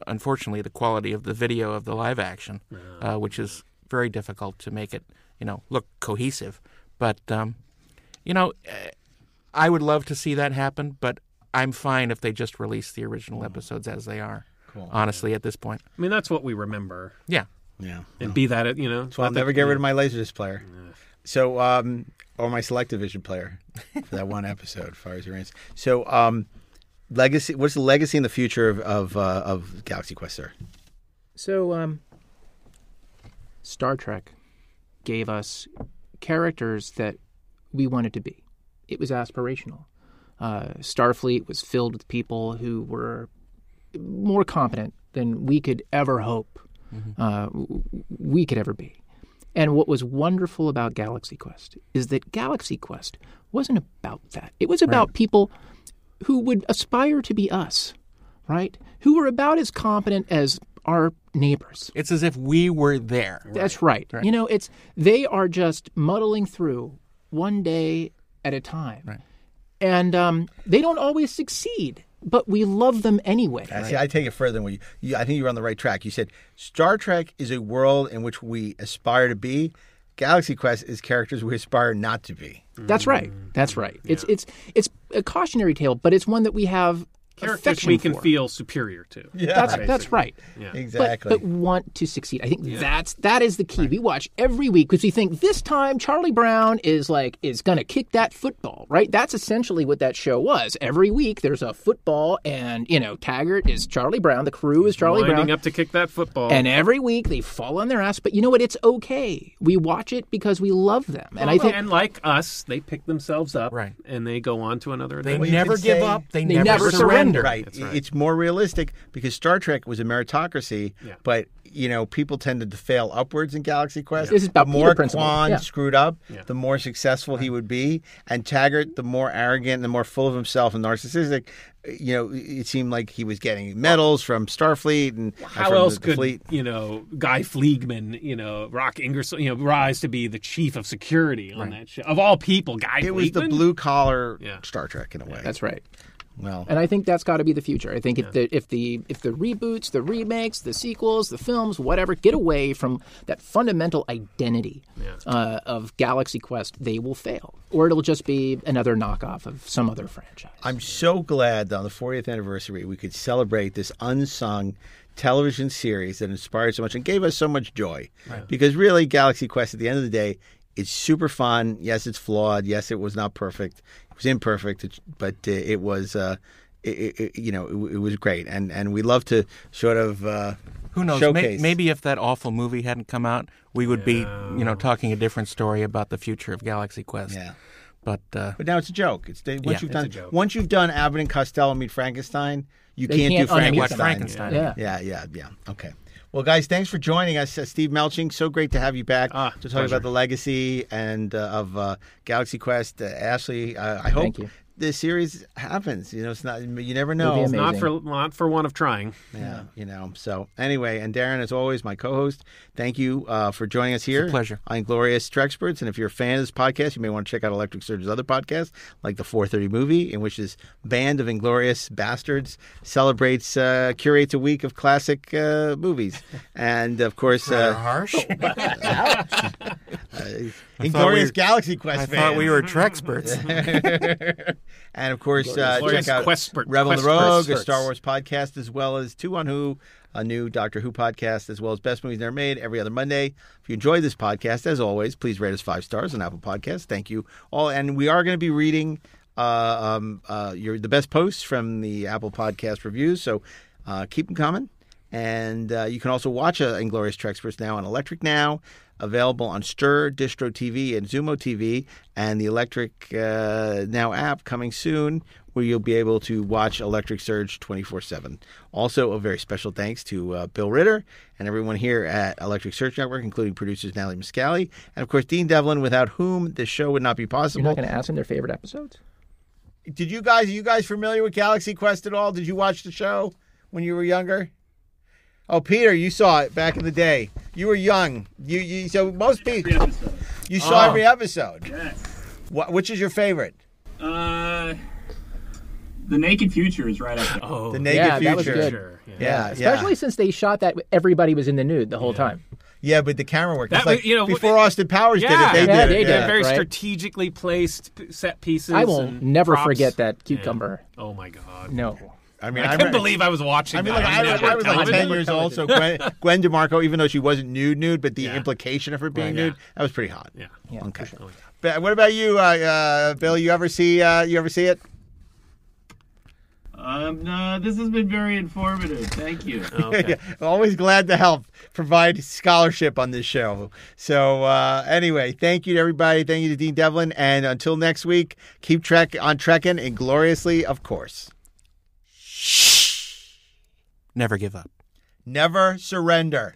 unfortunately the quality of the video of the live action, uh, which is very difficult to make it you know look cohesive. But um, you know, eh, I would love to see that happen, but I'm fine if they just release the original episodes as they are. Honestly, at this point,
I mean, that's what we remember.
yeah.
yeah.
And be that it, you know,
So I'll never get rid of my Laserdisc player. So, um, or my Selectivision player for that one episode, Fires and Rains. So, um, legacy. What's the legacy and the future of of, uh, of Galaxy Quest, sir?
So, um, Star Trek gave us characters that we wanted to be. It was aspirational. Uh, Starfleet was filled with people who were more competent than we could ever hope uh, w- we could ever be. And what was wonderful about Galaxy Quest is that Galaxy Quest wasn't about that. It was about people who would aspire to be us, right? Who were about as competent as our neighbors.
It's as if we were there.
That's right. You know, it's they are just muddling through one day at a time, and um, they don't always succeed, but we love them anyway.
See, I take it further than what you, you. I think you're on the right track. You said Star Trek is a world in which we aspire to be. Galaxy Quest is characters we aspire not to be.
That's right. That's right.
Mm,
It's it's it's a cautionary tale, but it's one that we have
Characters
affection
we can
for.
feel superior to. Yeah.
That's that's right.
Exactly.
But, but want to succeed. I think that's that is the key. We watch every week because we think this time Charlie Brown is like is going to kick that football, right? That's essentially what that show was. Every week there's a football, and you know Taggart is Charlie Brown, the crew is Charlie Brown,
Lining up to kick that football.
and every week they fall on their ass. But you know what? It's okay. We watch it because we love them, and I think
and like us, they pick themselves up
Right.
and they go on to another
They
adventure.
you
never
could
give
say-
up. They,
They
never,
never
surrender.
Right. It's more realistic because Star Trek was a meritocracy, but you know people tended to fail upwards in Galaxy Quest.
This is about
the
Peter
more
principle.
Kwan
Yeah.
screwed up, the more successful he would be, and Taggart, the more arrogant, the more full of himself and narcissistic. You know, it seemed like he was getting medals from Starfleet and and
How
from
else
the, the
could
fleet.
you know Guy Fliegman, you know Rock Ingersoll, you know rise to be the chief of security on that show of all people? Guy
It was the
Fliegman?
blue collar
Yeah.
Star Trek in a way.
that's right.
well,
And I think that's got to be the future. I think if the if the if the reboots, the remakes, the sequels, the films, whatever, get away from that fundamental identity uh, of Galaxy Quest, they will fail, or it'll just be another knockoff of some other franchise.
I'm so glad that on the 40th anniversary we could celebrate this unsung television series that inspired so much and gave us so much joy. Because really, Galaxy Quest at the end of the day, it's super fun. Yes, it's flawed. Yes, it was not perfect. It was imperfect, It's- but uh, it was. Uh, it, it, you know, it, it was great, and and we love to sort of uh,
Who knows? May-
Showcase.
maybe if that awful movie hadn't come out, we would be, you know, talking a different story about the future of Galaxy Quest.
Yeah.
But uh,
But now it's a joke. It's they, once
Yeah.
you've done once you've done Abbott and Costello meet Frankenstein, you can't,
can't
do
unmute
watch
Frankenstein.
Frankenstein.
Yeah.
Yeah, yeah, yeah. Okay. Well, guys, thanks for joining us, uh, Steve Melching. So great to have you back
Ah,
to talk about the legacy and uh, of uh, Galaxy Quest. Uh, Ashley, uh, I hope
Thank you.
this series happens. You know, it's not. You never know.
be
It's not-
Not
Amazing.
for not for want of trying.
Yeah, you know. So anyway, and Darren, as always, my co-host. Thank you uh, for joining us here.
pleasure.
I'm Glorious Trexperts, and if you're a fan of this podcast, you may want to check out Electric Surge's other podcast, like the 4:30 Movie, in which this band of inglorious bastards celebrates uh, curates a week of classic uh, movies, and of course, uh,
harsh.
Inglorious
we-
Galaxy Quest.
I
fans.
thought we were Trexperts.
And of course, uh,
Glorious
check out
Questpert-
Rebel and the
Questperts.
Rogue, a Star Wars podcast, as well as Two on Who, a new Doctor Who podcast, as well as Best Movies Never Made every other Monday. If you enjoyed this podcast, as always, please rate us five stars on Apple Podcasts. Thank you all. And we are going to be reading uh, um, uh, your the best posts from the Apple Podcast reviews. So uh, keep them coming. And uh, you can also watch uh, Inglorious Trexperts now on Electric Now, available on Stir, Distro TV, and Zumo TV, and the Electric uh, Now app coming soon, where you'll be able to watch Electric Surge 24 7. Also, a very special thanks to uh, Bill Ritter and everyone here at Electric Surge Network, including producers Natalie Miscali, and of course, Dean Devlin, without whom this show would not be
You're not
possible.
going to ask them their favorite episodes.
Did you guys, are you guys familiar with Galaxy Quest at all? Did you watch the show when you were younger? Oh, Peter, you saw it back in the day. You were young. You, you so most people, you saw every
Oh.
episode. What, which is your favorite?
Uh, the naked future is right after.
Oh,
The Naked
yeah,
Future.
that was good.
sure, yeah.
Uh, Yeah,
Especially
yeah.
since they shot that everybody was in the nude the whole time.
yeah, but the camera work.
That
It's like
was- you know,
before Austin Powers
Yeah,
did it, they
yeah,
did
they
it.
did.
yeah.
very
right?
strategically placed p- set pieces.
I will
and
never
props.
forget that cucumber.
Oh my god!
No.
I mean,
I
remember-
couldn't believe I was watching.
I mean,
that
like,
on
I, was- I
network
was like
television.
10 years old, so Gwen, Gwen DeMarco, even though she wasn't nude, nude, but the implication of her being
yeah.
nude, that was pretty hot.
Yeah.
Okay. But what about you, uh, uh, Bill? You ever see uh, you ever see it?
Um, no, this has been very informative. Thank you.
Okay.
Always glad to help provide scholarship on this show. So, uh, anyway, thank you to everybody. Thank you to Dean Devlin. And until next week, keep trek on trekking and gloriously, of course.
Never give up.
Never surrender.